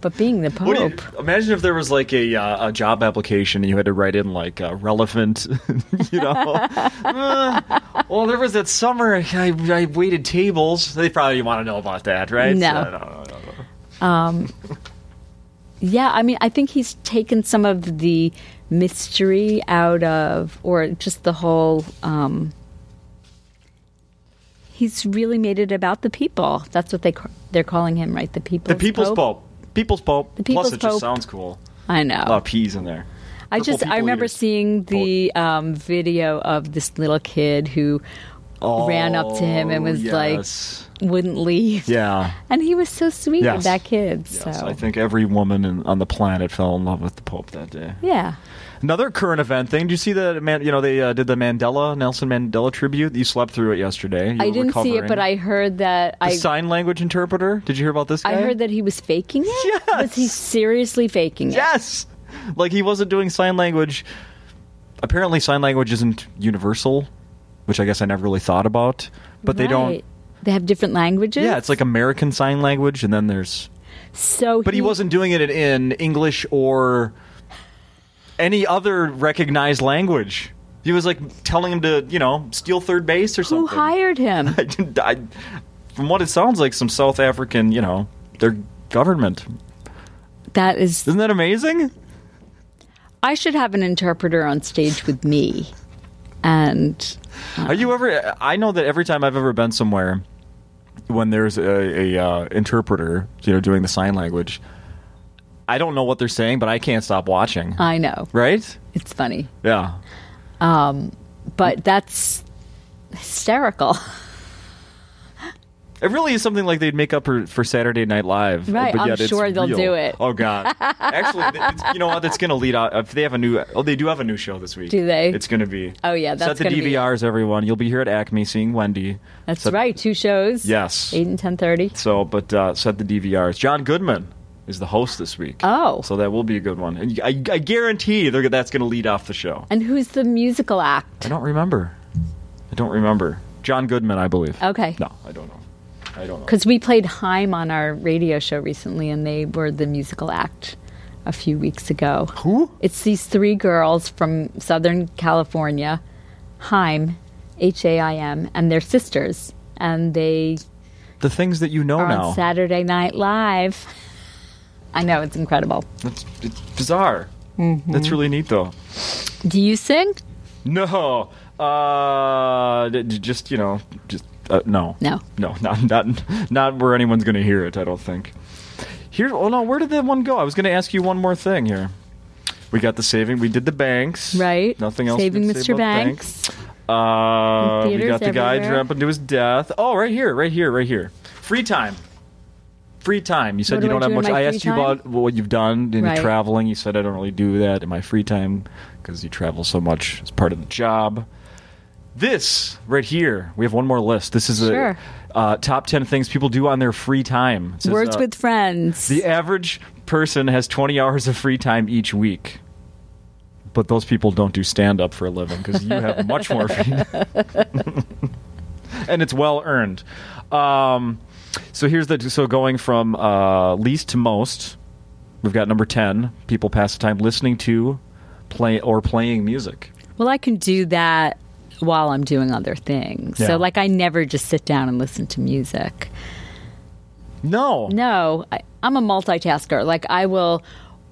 [SPEAKER 2] but being the Pope.
[SPEAKER 1] What do you, imagine if there was like a, uh, a job application and you had to write in like uh, relevant, you know. Uh, well, there was that summer I, I waited tables. They probably want to know about that, right?
[SPEAKER 2] No.
[SPEAKER 1] So, no, no, no.
[SPEAKER 2] Yeah, I mean, I think he's taken some of the mystery out of, or just the whole. Um, he's really made it about the people. That's what they ca- they're calling him, right? The people.
[SPEAKER 1] The People's Pope. People's Pope.
[SPEAKER 2] The People's
[SPEAKER 1] Plus, it
[SPEAKER 2] Pope.
[SPEAKER 1] just sounds cool.
[SPEAKER 2] I
[SPEAKER 1] A lot
[SPEAKER 2] know.
[SPEAKER 1] of peas in there.
[SPEAKER 2] I
[SPEAKER 1] Purple
[SPEAKER 2] just I
[SPEAKER 1] people
[SPEAKER 2] remember
[SPEAKER 1] eaters.
[SPEAKER 2] seeing the um, video of this little kid who ran up to him and
[SPEAKER 1] Oh,
[SPEAKER 2] was
[SPEAKER 1] yes.
[SPEAKER 2] like, wouldn't leave.
[SPEAKER 1] "Yeah."
[SPEAKER 2] And he was so sweet
[SPEAKER 1] Yes.
[SPEAKER 2] with that kid.
[SPEAKER 1] Yes,
[SPEAKER 2] so
[SPEAKER 1] I think every woman in, on the planet fell in love with the Pope that day.
[SPEAKER 2] yeah.
[SPEAKER 1] Another current event thing. Do you see the man? You know they uh, did the Mandela Nelson Mandela tribute. You slept through it yesterday. You
[SPEAKER 2] I
[SPEAKER 1] were
[SPEAKER 2] didn't see it,
[SPEAKER 1] recovering.
[SPEAKER 2] but I heard that
[SPEAKER 1] The
[SPEAKER 2] I
[SPEAKER 1] sign language interpreter. Did you hear about this guy?
[SPEAKER 2] I heard that he was faking it.
[SPEAKER 1] Yes.
[SPEAKER 2] Was he seriously faking it?
[SPEAKER 1] Yes, like he wasn't doing sign language. Apparently, sign language isn't universal, which I guess I never really thought about. But they don't.
[SPEAKER 2] Right. They have different languages.
[SPEAKER 1] Yeah, it's like American Sign Language, and then there's.
[SPEAKER 2] so.
[SPEAKER 1] But he wasn't doing it in English or any other recognized language. He was like telling him to, you know, steal third base or
[SPEAKER 2] Who
[SPEAKER 1] something.
[SPEAKER 2] hired him?
[SPEAKER 1] I didn't- I- from what it sounds like, some South African, you know, their government.
[SPEAKER 2] That is.
[SPEAKER 1] Isn't that amazing?
[SPEAKER 2] I should have an interpreter on stage with me, and
[SPEAKER 1] Are you ever? I know that every time I've ever been somewhere, when there's a, a uh, interpreter, you know, doing the sign language, I don't know what they're saying, but I can't stop watching.
[SPEAKER 2] I know
[SPEAKER 1] Right?
[SPEAKER 2] it's funny,
[SPEAKER 1] Yeah.
[SPEAKER 2] but that's hysterical.
[SPEAKER 1] It really is something like they'd make up for, for Saturday Night Live.
[SPEAKER 2] Right,
[SPEAKER 1] but
[SPEAKER 2] I'm
[SPEAKER 1] yet it's
[SPEAKER 2] sure they'll
[SPEAKER 1] real.
[SPEAKER 2] do it.
[SPEAKER 1] Oh God! Actually, th- it's- you know what? That's going to lead out. If they have a new, oh, they do have a new show this week.
[SPEAKER 2] Do they?
[SPEAKER 1] It's going to be.
[SPEAKER 2] Oh, yeah, that's
[SPEAKER 1] set
[SPEAKER 2] gonna
[SPEAKER 1] the
[SPEAKER 2] be-
[SPEAKER 1] DVRs, everyone. You'll be here at Acme seeing Wendy.
[SPEAKER 2] That's
[SPEAKER 1] Set-
[SPEAKER 2] right. Two shows.
[SPEAKER 1] Yes.
[SPEAKER 2] Eight and ten thirty.
[SPEAKER 1] So, but uh, set the DVRs. John Goodman is the host this week.
[SPEAKER 2] Oh.
[SPEAKER 1] So that will be a good one. And I, I guarantee they're, that's going to lead off the show.
[SPEAKER 2] And who's the musical
[SPEAKER 1] I
[SPEAKER 2] act?
[SPEAKER 1] don't remember. I don't remember. John Goodman, I believe.
[SPEAKER 2] Okay.
[SPEAKER 1] No, I don't know. I don't know.
[SPEAKER 2] Because we played Heim on our radio show recently, and they were the musical act a few weeks ago.
[SPEAKER 1] Who?
[SPEAKER 2] It's these three girls from Southern California, Heim, H A I M, and they're sisters. And they
[SPEAKER 1] The things that you know
[SPEAKER 2] are
[SPEAKER 1] now.
[SPEAKER 2] on Saturday Night Live. I know, it's incredible.
[SPEAKER 1] That's it's bizarre. That's really neat, though.
[SPEAKER 2] Do you sing?
[SPEAKER 1] No, uh, d- d- just you know, just uh, no,
[SPEAKER 2] No.
[SPEAKER 1] no, not not not where anyone's going to hear it. I don't think. Here, oh no, where did that one go? I was going to ask you one more thing here. We got the saving. We did the Banks.
[SPEAKER 2] right?
[SPEAKER 1] Nothing else. we
[SPEAKER 2] Saving
[SPEAKER 1] could say
[SPEAKER 2] Mr.
[SPEAKER 1] about
[SPEAKER 2] Banks.
[SPEAKER 1] Uh, we
[SPEAKER 2] Theaters
[SPEAKER 1] got the guy
[SPEAKER 2] everywhere.
[SPEAKER 1] jumping to his death. Oh, right here, right here, right here. Free time. Free time. You said
[SPEAKER 2] What
[SPEAKER 1] you
[SPEAKER 2] do I
[SPEAKER 1] don't have
[SPEAKER 2] do in
[SPEAKER 1] much.
[SPEAKER 2] my
[SPEAKER 1] I
[SPEAKER 2] free
[SPEAKER 1] asked you about what you've done in
[SPEAKER 2] Right.
[SPEAKER 1] traveling. You said I don't really do that in my free time because you travel so much as part of the job. This right here, we have one more list. This is
[SPEAKER 2] Sure.
[SPEAKER 1] a uh, top ten things people do on their free time. It says,
[SPEAKER 2] Words
[SPEAKER 1] uh,
[SPEAKER 2] with friends.
[SPEAKER 1] the average person has 20 hours of free time each week. But those people don't do stand up for a living because you have much more free and it's well earned. Um, so here's the so going from uh, least to most, we've got number 10 people pass the time listening to play or playing music.
[SPEAKER 2] well, I can do that while I'm doing other things.
[SPEAKER 1] Yeah.
[SPEAKER 2] So, like, I never just sit down and listen to music.
[SPEAKER 1] No.
[SPEAKER 2] No, I, I'm a multitasker. Like I will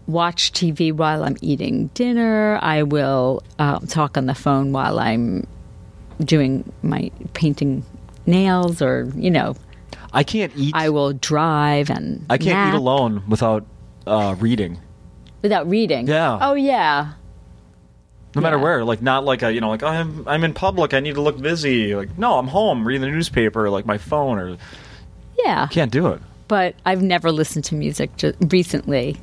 [SPEAKER 2] watch TV while I'm eating dinner. I will um, talk on the phone while I'm doing my painting nails, or you know,
[SPEAKER 1] I can't eat
[SPEAKER 2] I will drive and
[SPEAKER 1] I can't eat
[SPEAKER 2] nap
[SPEAKER 1] alone without uh, reading.
[SPEAKER 2] without reading.
[SPEAKER 1] Yeah.
[SPEAKER 2] Oh yeah.
[SPEAKER 1] No matter
[SPEAKER 2] Yeah.
[SPEAKER 1] where, like not like a you know like I'm I'm in public, I need to look busy. Like no, I'm home reading the newspaper, like my phone, or
[SPEAKER 2] Yeah.
[SPEAKER 1] can't do it.
[SPEAKER 2] But I've never listened to music ju- recently.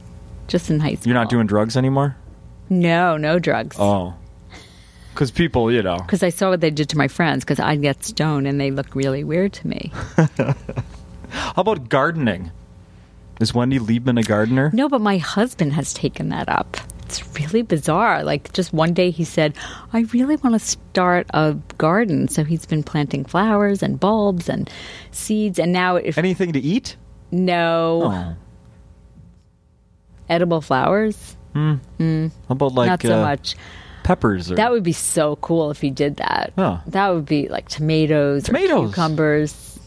[SPEAKER 2] Just in high school.
[SPEAKER 1] You're not doing drugs anymore.
[SPEAKER 2] No, no drugs.
[SPEAKER 1] Oh, because people, you know,
[SPEAKER 2] Because I saw what they did to my friends. Because I get stoned and they look really weird to me.
[SPEAKER 1] how about gardening? Is Wendy Liebman a gardener?
[SPEAKER 2] No, but my husband has taken that up. It's really bizarre. Like, just one day he said, I really want to start a garden. So he's been planting flowers and bulbs and seeds. And now, if
[SPEAKER 1] Anything to eat?
[SPEAKER 2] no
[SPEAKER 1] Oh. How
[SPEAKER 2] edible flowers,
[SPEAKER 1] about like
[SPEAKER 2] not so
[SPEAKER 1] uh,
[SPEAKER 2] much.
[SPEAKER 1] peppers? Or,
[SPEAKER 2] That would be so cool if he did that.
[SPEAKER 1] Yeah.
[SPEAKER 2] That would be like tomatoes,
[SPEAKER 1] Tomatoes.
[SPEAKER 2] Or cucumbers,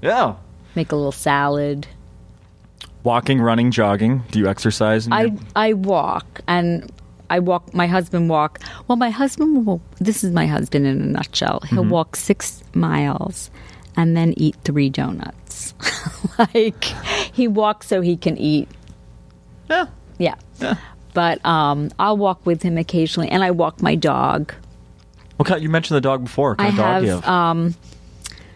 [SPEAKER 1] yeah.
[SPEAKER 2] make a little salad.
[SPEAKER 1] Walking, running, jogging. Do you exercise? in
[SPEAKER 2] I
[SPEAKER 1] your-
[SPEAKER 2] I walk and I walk. My husband walk. Well, my husband will. This is my husband in a nutshell. He'll
[SPEAKER 1] Mm-hmm.
[SPEAKER 2] walk six miles and then eat three donuts. like he walks so he can eat.
[SPEAKER 1] yeah.
[SPEAKER 2] Yeah. But um, I'll walk with him occasionally, and I walk my dog.
[SPEAKER 1] What kind, you mentioned the dog before. What
[SPEAKER 2] I
[SPEAKER 1] kind of dog do you
[SPEAKER 2] have
[SPEAKER 1] have?
[SPEAKER 2] um,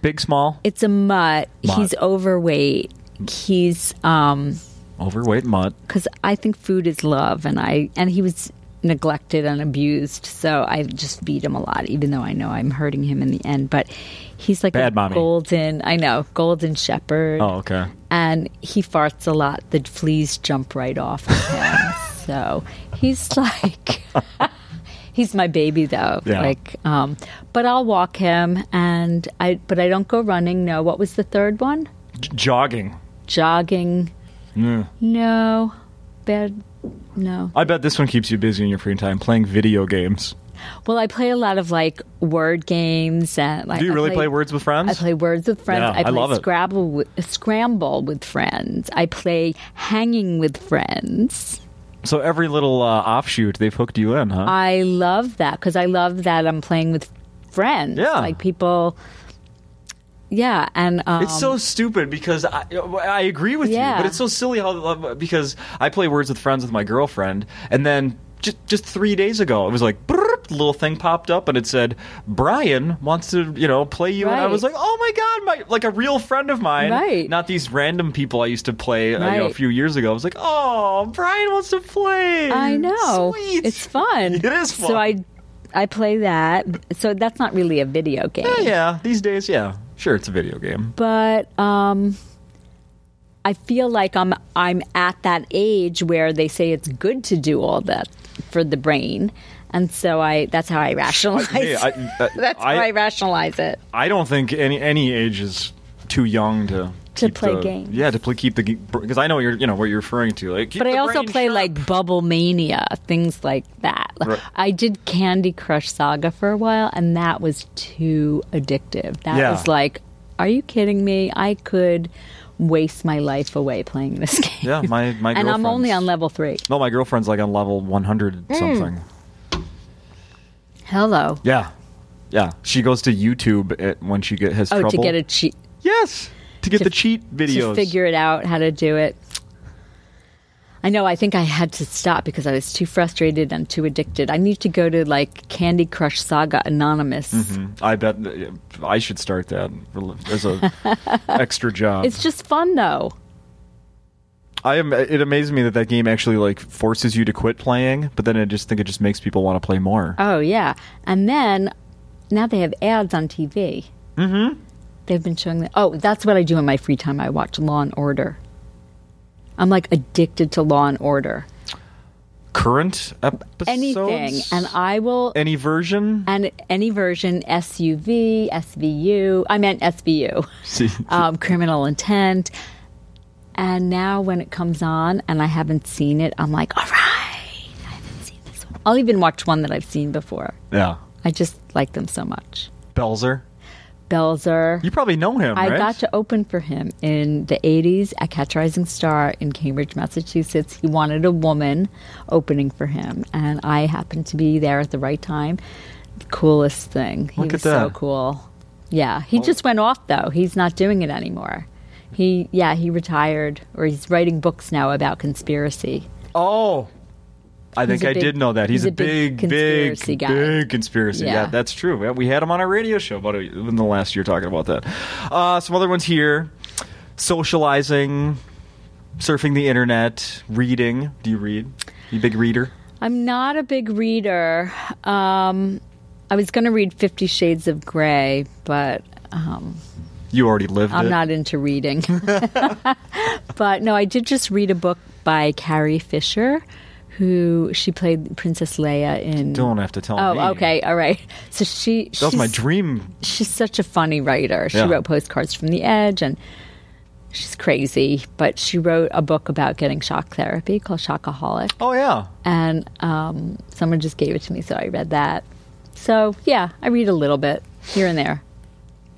[SPEAKER 1] Big, small,
[SPEAKER 2] it's a mutt.
[SPEAKER 1] Mutt.
[SPEAKER 2] He's overweight. He's um,
[SPEAKER 1] overweight mutt.
[SPEAKER 2] because I think food is love, and I and he was neglected and abused, so I just feed him a lot, even though I know I'm hurting him in the end. But he's like
[SPEAKER 1] Bad
[SPEAKER 2] a
[SPEAKER 1] mommy.
[SPEAKER 2] golden, I know, golden shepherd,
[SPEAKER 1] Oh, okay.
[SPEAKER 2] and he farts a lot. The fleas jump right off of him, so he's like. He's my baby, though.
[SPEAKER 1] Yeah.
[SPEAKER 2] Like, um, but I'll walk him, and I. But I don't go running. No. What was the third one?
[SPEAKER 1] J- jogging.
[SPEAKER 2] Jogging.
[SPEAKER 1] Yeah.
[SPEAKER 2] No. Bad. No.
[SPEAKER 1] I bet this one keeps you busy in your free time playing video games.
[SPEAKER 2] Well, I play a lot of like word games and like.
[SPEAKER 1] Do you
[SPEAKER 2] I
[SPEAKER 1] really play, Words with Friends?
[SPEAKER 2] I play words with friends.
[SPEAKER 1] Yeah, I
[SPEAKER 2] I play
[SPEAKER 1] love it.
[SPEAKER 2] Scrabble with, Scramble with friends. I play hanging with friends.
[SPEAKER 1] so every little uh, offshoot they've hooked you in, huh?
[SPEAKER 2] I love that because I love that I'm playing with friends.
[SPEAKER 1] Yeah.
[SPEAKER 2] like people. Yeah, and um,
[SPEAKER 1] it's so stupid because I, I agree with
[SPEAKER 2] Yeah.
[SPEAKER 1] you, but it's so silly how because I play Words with Friends with my girlfriend, and then just just three days ago it was like brrrt, little thing popped up and it said Brian wants to you know play you, and I
[SPEAKER 2] Right.
[SPEAKER 1] was like, oh my god, my like a real friend of mine,
[SPEAKER 2] Right.
[SPEAKER 1] Not these random people I used to play uh, you know, a
[SPEAKER 2] Right.
[SPEAKER 1] few years ago. I was like, oh, Brian wants to play.
[SPEAKER 2] I know
[SPEAKER 1] sweet.
[SPEAKER 2] it's fun.
[SPEAKER 1] It is fun.
[SPEAKER 2] So I, I play that. So that's not really a video game.
[SPEAKER 1] Yeah, yeah, these days, yeah. Sure, it's a video game.
[SPEAKER 2] but um, I feel like I'm I'm at that age where they say it's good to do all that for the brain, and so I that's how I rationalize.
[SPEAKER 1] Hey, I, I,
[SPEAKER 2] that's how I,
[SPEAKER 1] I,
[SPEAKER 2] rationalize it.
[SPEAKER 1] I don't think any any age is too young to
[SPEAKER 2] To
[SPEAKER 1] keep
[SPEAKER 2] play
[SPEAKER 1] the-
[SPEAKER 2] games.
[SPEAKER 1] Yeah, to play, keep the because I know you're you know what you're referring to. Like, keep
[SPEAKER 2] But I
[SPEAKER 1] the
[SPEAKER 2] also
[SPEAKER 1] brain
[SPEAKER 2] play
[SPEAKER 1] sharp.
[SPEAKER 2] like Bubble Mania, things like that.
[SPEAKER 1] Right.
[SPEAKER 2] I did Candy Crush Saga for a while, and that was too addictive. That
[SPEAKER 1] Yeah.
[SPEAKER 2] was like, are you kidding me? I could waste my life away playing this game.
[SPEAKER 1] yeah, my my
[SPEAKER 2] and I'm only on
[SPEAKER 1] girlfriend's-
[SPEAKER 2] Hmm. level three.
[SPEAKER 1] no, my girlfriend's like on level 100 something.
[SPEAKER 2] Hello.
[SPEAKER 1] Yeah, yeah. She goes to YouTube at, when she get has
[SPEAKER 2] Oh,
[SPEAKER 1] trouble
[SPEAKER 2] to get a cheat
[SPEAKER 1] yes to get
[SPEAKER 2] to-
[SPEAKER 1] the cheat videos.
[SPEAKER 2] to figure it out how to do it. I know. I think I had to stop because I was too frustrated and too addicted. I need to go to like Candy Crush Saga Anonymous.
[SPEAKER 1] Mm-hmm. Mm, I bet th- I should start that as a extra job.
[SPEAKER 2] It's just fun though.
[SPEAKER 1] I am. It amazes me that that game actually like forces you to quit playing, but then I just think it just makes people want to play more.
[SPEAKER 2] Oh yeah, and then now they have ads on TV. Mm-hmm. They've been showing that. Oh, that's what I do in my free time. I watch Law and Order. I'm like addicted to Law and Order.
[SPEAKER 1] Current episodes,
[SPEAKER 2] Anything, and I will
[SPEAKER 1] any version.
[SPEAKER 2] and any version SUV, SVU. I meant SVU, um, criminal intent. And now when it comes on and I haven't seen it, I'm like, all right, I haven't seen this one. I'll even watch one that I've seen before.
[SPEAKER 1] yeah,
[SPEAKER 2] I just like them so much.
[SPEAKER 1] Belzer.
[SPEAKER 2] Belzer.
[SPEAKER 1] You probably know him,
[SPEAKER 2] I
[SPEAKER 1] right?
[SPEAKER 2] got to open for him in the 80s at Catch Rising Star in Cambridge, Massachusetts. He wanted a woman opening for him, and I happened to be there at the right time. Coolest thing. He
[SPEAKER 1] Look at
[SPEAKER 2] was so
[SPEAKER 1] that.
[SPEAKER 2] cool. Yeah, he just went off though. He's not doing it anymore. He yeah, he retired or he's writing books now about conspiracy.
[SPEAKER 1] Oh, I think
[SPEAKER 2] a
[SPEAKER 1] I
[SPEAKER 2] big-
[SPEAKER 1] did know that. He's,
[SPEAKER 2] he's
[SPEAKER 1] a
[SPEAKER 2] a big
[SPEAKER 1] big, big,
[SPEAKER 2] conspiracy guy.
[SPEAKER 1] big conspiracy. Yeah.
[SPEAKER 2] Yeah.
[SPEAKER 1] that's true. Yeah, We had him on our radio show about a, in the last year talking about that. Uh, some other ones here: socializing, surfing the internet, reading. Do you read? You a big reader?
[SPEAKER 2] I'm not a big reader. Um, I was going to read 50 Shades of Grey, but um,
[SPEAKER 1] You already lived
[SPEAKER 2] I'm
[SPEAKER 1] it.
[SPEAKER 2] not into reading. but no, I did just read a book by Carrie Fisher, who she played Princess Leia in.
[SPEAKER 1] Don't have to tell
[SPEAKER 2] oh,
[SPEAKER 1] me.
[SPEAKER 2] okay, all right. So she
[SPEAKER 1] That was my
[SPEAKER 2] she's-
[SPEAKER 1] dream.
[SPEAKER 2] she's such a funny writer. She
[SPEAKER 1] Yeah.
[SPEAKER 2] wrote Postcards from the Edge and she's crazy, but she wrote a book about getting shock therapy called Shockaholic
[SPEAKER 1] Oh yeah.
[SPEAKER 2] and um, someone just gave it to me, so I read that. So yeah, I read a little bit here and there.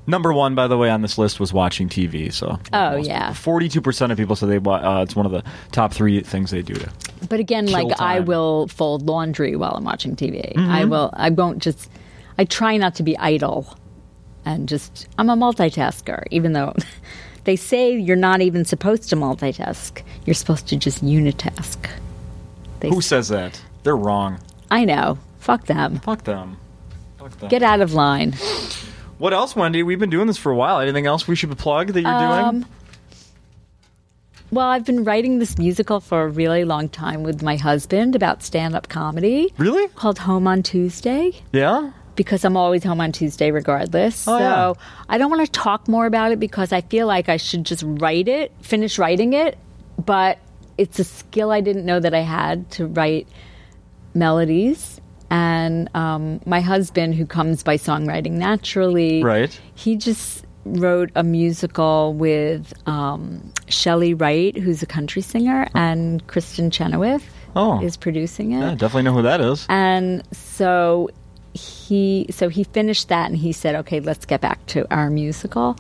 [SPEAKER 1] Number one, by the way, on this list was watching TV. So,
[SPEAKER 2] Oh, yeah.
[SPEAKER 1] forty-two percent of people say they. wa- Uh, it's one of the top three things they do to
[SPEAKER 2] But again, like I
[SPEAKER 1] time.
[SPEAKER 2] will fold laundry while I'm watching TV. I will. I won't just. I try not to be idle, and just I'm a multitasker. Even though they say you're not even supposed to multitask, you're supposed to just unitask. They,
[SPEAKER 1] Who says that? They're wrong.
[SPEAKER 2] I know. Fuck them.
[SPEAKER 1] Fuck them. Fuck them.
[SPEAKER 2] Get out of line.
[SPEAKER 1] what else, Wendy? We've been doing this for a while. Anything else we should plug that you're
[SPEAKER 2] Um,
[SPEAKER 1] doing?
[SPEAKER 2] Well, I've been writing this musical for a really long time with my husband about stand up comedy.
[SPEAKER 1] Really?
[SPEAKER 2] Called Home on Tuesday
[SPEAKER 1] Yeah.
[SPEAKER 2] because I'm always home on Tuesday regardless.
[SPEAKER 1] Oh,
[SPEAKER 2] so
[SPEAKER 1] yeah.
[SPEAKER 2] I don't want to talk more about it because I feel like I should just write it, finish writing it, but it's a skill I didn't know that I had to write melodies. And um, my husband, who comes by songwriting naturally,
[SPEAKER 1] Right.
[SPEAKER 2] he just wrote a musical with um, Shelley Wright, who's a country singer, and Kristen Chenoweth
[SPEAKER 1] Oh.
[SPEAKER 2] is producing it
[SPEAKER 1] Yeah, definitely know who that is.
[SPEAKER 2] and so he so he finished that and he said okay let's get back to our musical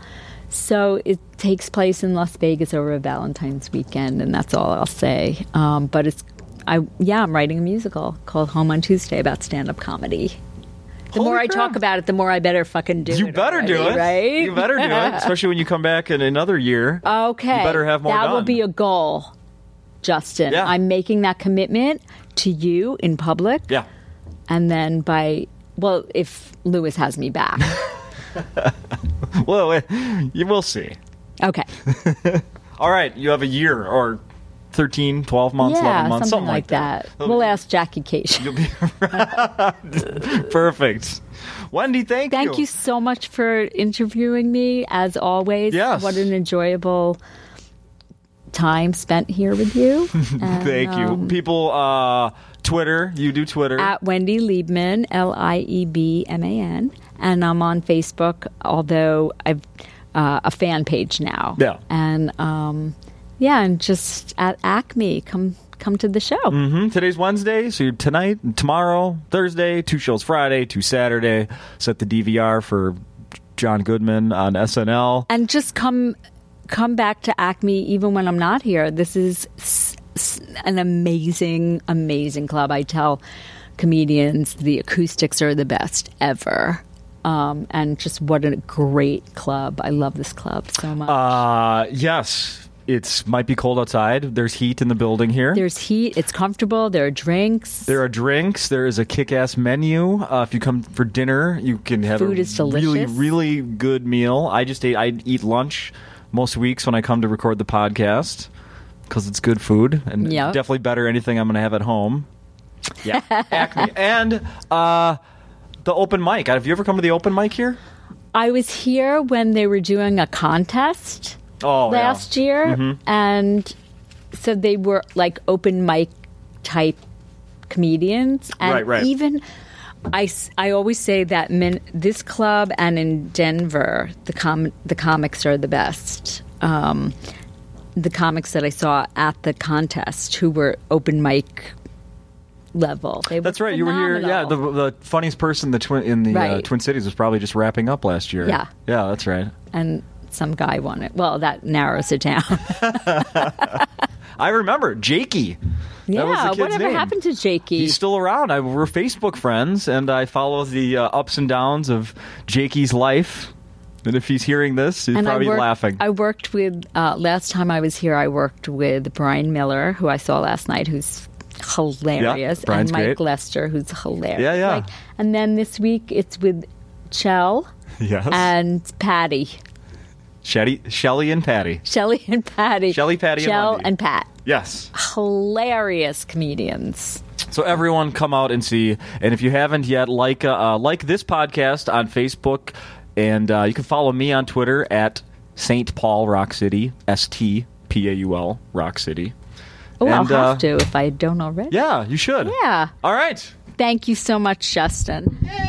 [SPEAKER 2] so it takes place in las vegas over a valentine's weekend and that's all i'll say um, but it's i yeah i'm writing a musical called home on tuesday about stand-up comedy the
[SPEAKER 1] Holy
[SPEAKER 2] more I
[SPEAKER 1] crap.
[SPEAKER 2] talk about it, the more I better fucking do it.
[SPEAKER 1] You better do
[SPEAKER 2] already,
[SPEAKER 1] it.
[SPEAKER 2] right? Oh.
[SPEAKER 1] You better do it, especially when you come back in another year.
[SPEAKER 2] Okay.
[SPEAKER 1] You better have more
[SPEAKER 2] That will
[SPEAKER 1] done.
[SPEAKER 2] be a goal, Justin.
[SPEAKER 1] Yeah.
[SPEAKER 2] I'm making that commitment to you in public
[SPEAKER 1] yeah.
[SPEAKER 2] and then by well, if Lewis has me back,
[SPEAKER 1] Well, eh, you will see.
[SPEAKER 2] okay,
[SPEAKER 1] All right, you have a year or 13, 12 months,
[SPEAKER 2] yeah,
[SPEAKER 1] 11 months,
[SPEAKER 2] something, like that. We'll ask Jackie Cation.
[SPEAKER 1] You'll be perfect. Wendy, thank,
[SPEAKER 2] Thank you
[SPEAKER 1] you.
[SPEAKER 2] so much for interviewing me, as always.
[SPEAKER 1] Yes.
[SPEAKER 2] what an enjoyable time spent here with you. And,
[SPEAKER 1] Thank you.
[SPEAKER 2] um,
[SPEAKER 1] People, uh, Twitter, you do Twitter.
[SPEAKER 2] at Wendy Liebman, L I E B M A N, and I'm on Facebook. Although I've uh, a fan page now.
[SPEAKER 1] Yeah.
[SPEAKER 2] and um, yeah, and just at Acme, come come to the show.
[SPEAKER 1] Mhm. Today's Wednesday, so tonight, tomorrow, Thursday, two shows Friday, two Saturday. Set the DVR for John Goodman on SNL.
[SPEAKER 2] and just come come back to acme even when i'm not here this is s- s- an amazing amazing club i tell comedians the acoustics are the best ever um, and just what a great club i love this club so much
[SPEAKER 1] Uh, yes. it's might be cold outside. There's heat in the building here.
[SPEAKER 2] There's heat. It's comfortable. There are drinks.
[SPEAKER 1] There are drinks. There is a kick-ass menu. Uh, if you come for dinner, you can have
[SPEAKER 2] Food
[SPEAKER 1] a
[SPEAKER 2] is
[SPEAKER 1] really,
[SPEAKER 2] delicious.
[SPEAKER 1] really good meal. I just ate. I eat lunch most weeks when I come to record the podcast because it's good food and
[SPEAKER 2] Yep.
[SPEAKER 1] definitely better than anything I'm going to have at home. Yeah, Acme and uh, the open mic. Have you ever come to the open mic here?
[SPEAKER 2] I was here when they were doing a contest
[SPEAKER 1] Oh, yeah. Mm-hmm.
[SPEAKER 2] last year, and so they were like open mic type comedians, and
[SPEAKER 1] Right, right.
[SPEAKER 2] even. I, s- I always say that min, this club and in Denver, the com, the comics are the best. Um, the comics that I saw at the contest who were open mic level. They were
[SPEAKER 1] That's right. You were here. Yeah, the,
[SPEAKER 2] phenomenal.
[SPEAKER 1] the funniest person the twin in the uh,
[SPEAKER 2] Right.
[SPEAKER 1] Twin Cities was probably just wrapping up last year.
[SPEAKER 2] Yeah.
[SPEAKER 1] yeah, that's right.
[SPEAKER 2] and some guy won it. Well, that narrows it down.
[SPEAKER 1] I remember Jakey.
[SPEAKER 2] Yeah,
[SPEAKER 1] that was the kid's
[SPEAKER 2] whatever
[SPEAKER 1] name.
[SPEAKER 2] happened to Jakey?
[SPEAKER 1] He's still around. I, we're Facebook friends, and I follow the uh, ups and downs of Jakey's life. And if he's hearing this, he's
[SPEAKER 2] and
[SPEAKER 1] probably
[SPEAKER 2] I worked,
[SPEAKER 1] laughing.
[SPEAKER 2] I worked with uh, last time I was here. I worked with Brian Miller, who I saw last night, who's hilarious,
[SPEAKER 1] Brian's
[SPEAKER 2] and Mike
[SPEAKER 1] great.
[SPEAKER 2] Lester, who's hilarious.
[SPEAKER 1] Yeah, yeah.
[SPEAKER 2] and then this week it's with Chell
[SPEAKER 1] yes,
[SPEAKER 2] and Patty,
[SPEAKER 1] Shelly, Shelly and Patty.
[SPEAKER 2] Shelly and Patty,
[SPEAKER 1] Shelley, Patty, and
[SPEAKER 2] Chell
[SPEAKER 1] Wendy.
[SPEAKER 2] and Pat,
[SPEAKER 1] Yes.
[SPEAKER 2] hilarious comedians.
[SPEAKER 1] So everyone, come out and see. And if you haven't yet, like uh, uh, like this podcast on Facebook, and uh, you can follow me on Twitter at Saint Paul Rock City S T P A U L Rock City.
[SPEAKER 2] Oh, I'll
[SPEAKER 1] And, uh,
[SPEAKER 2] have to if I don't already.
[SPEAKER 1] Yeah, you should.
[SPEAKER 2] Yeah.
[SPEAKER 1] All right.
[SPEAKER 2] Thank you so much, Justin.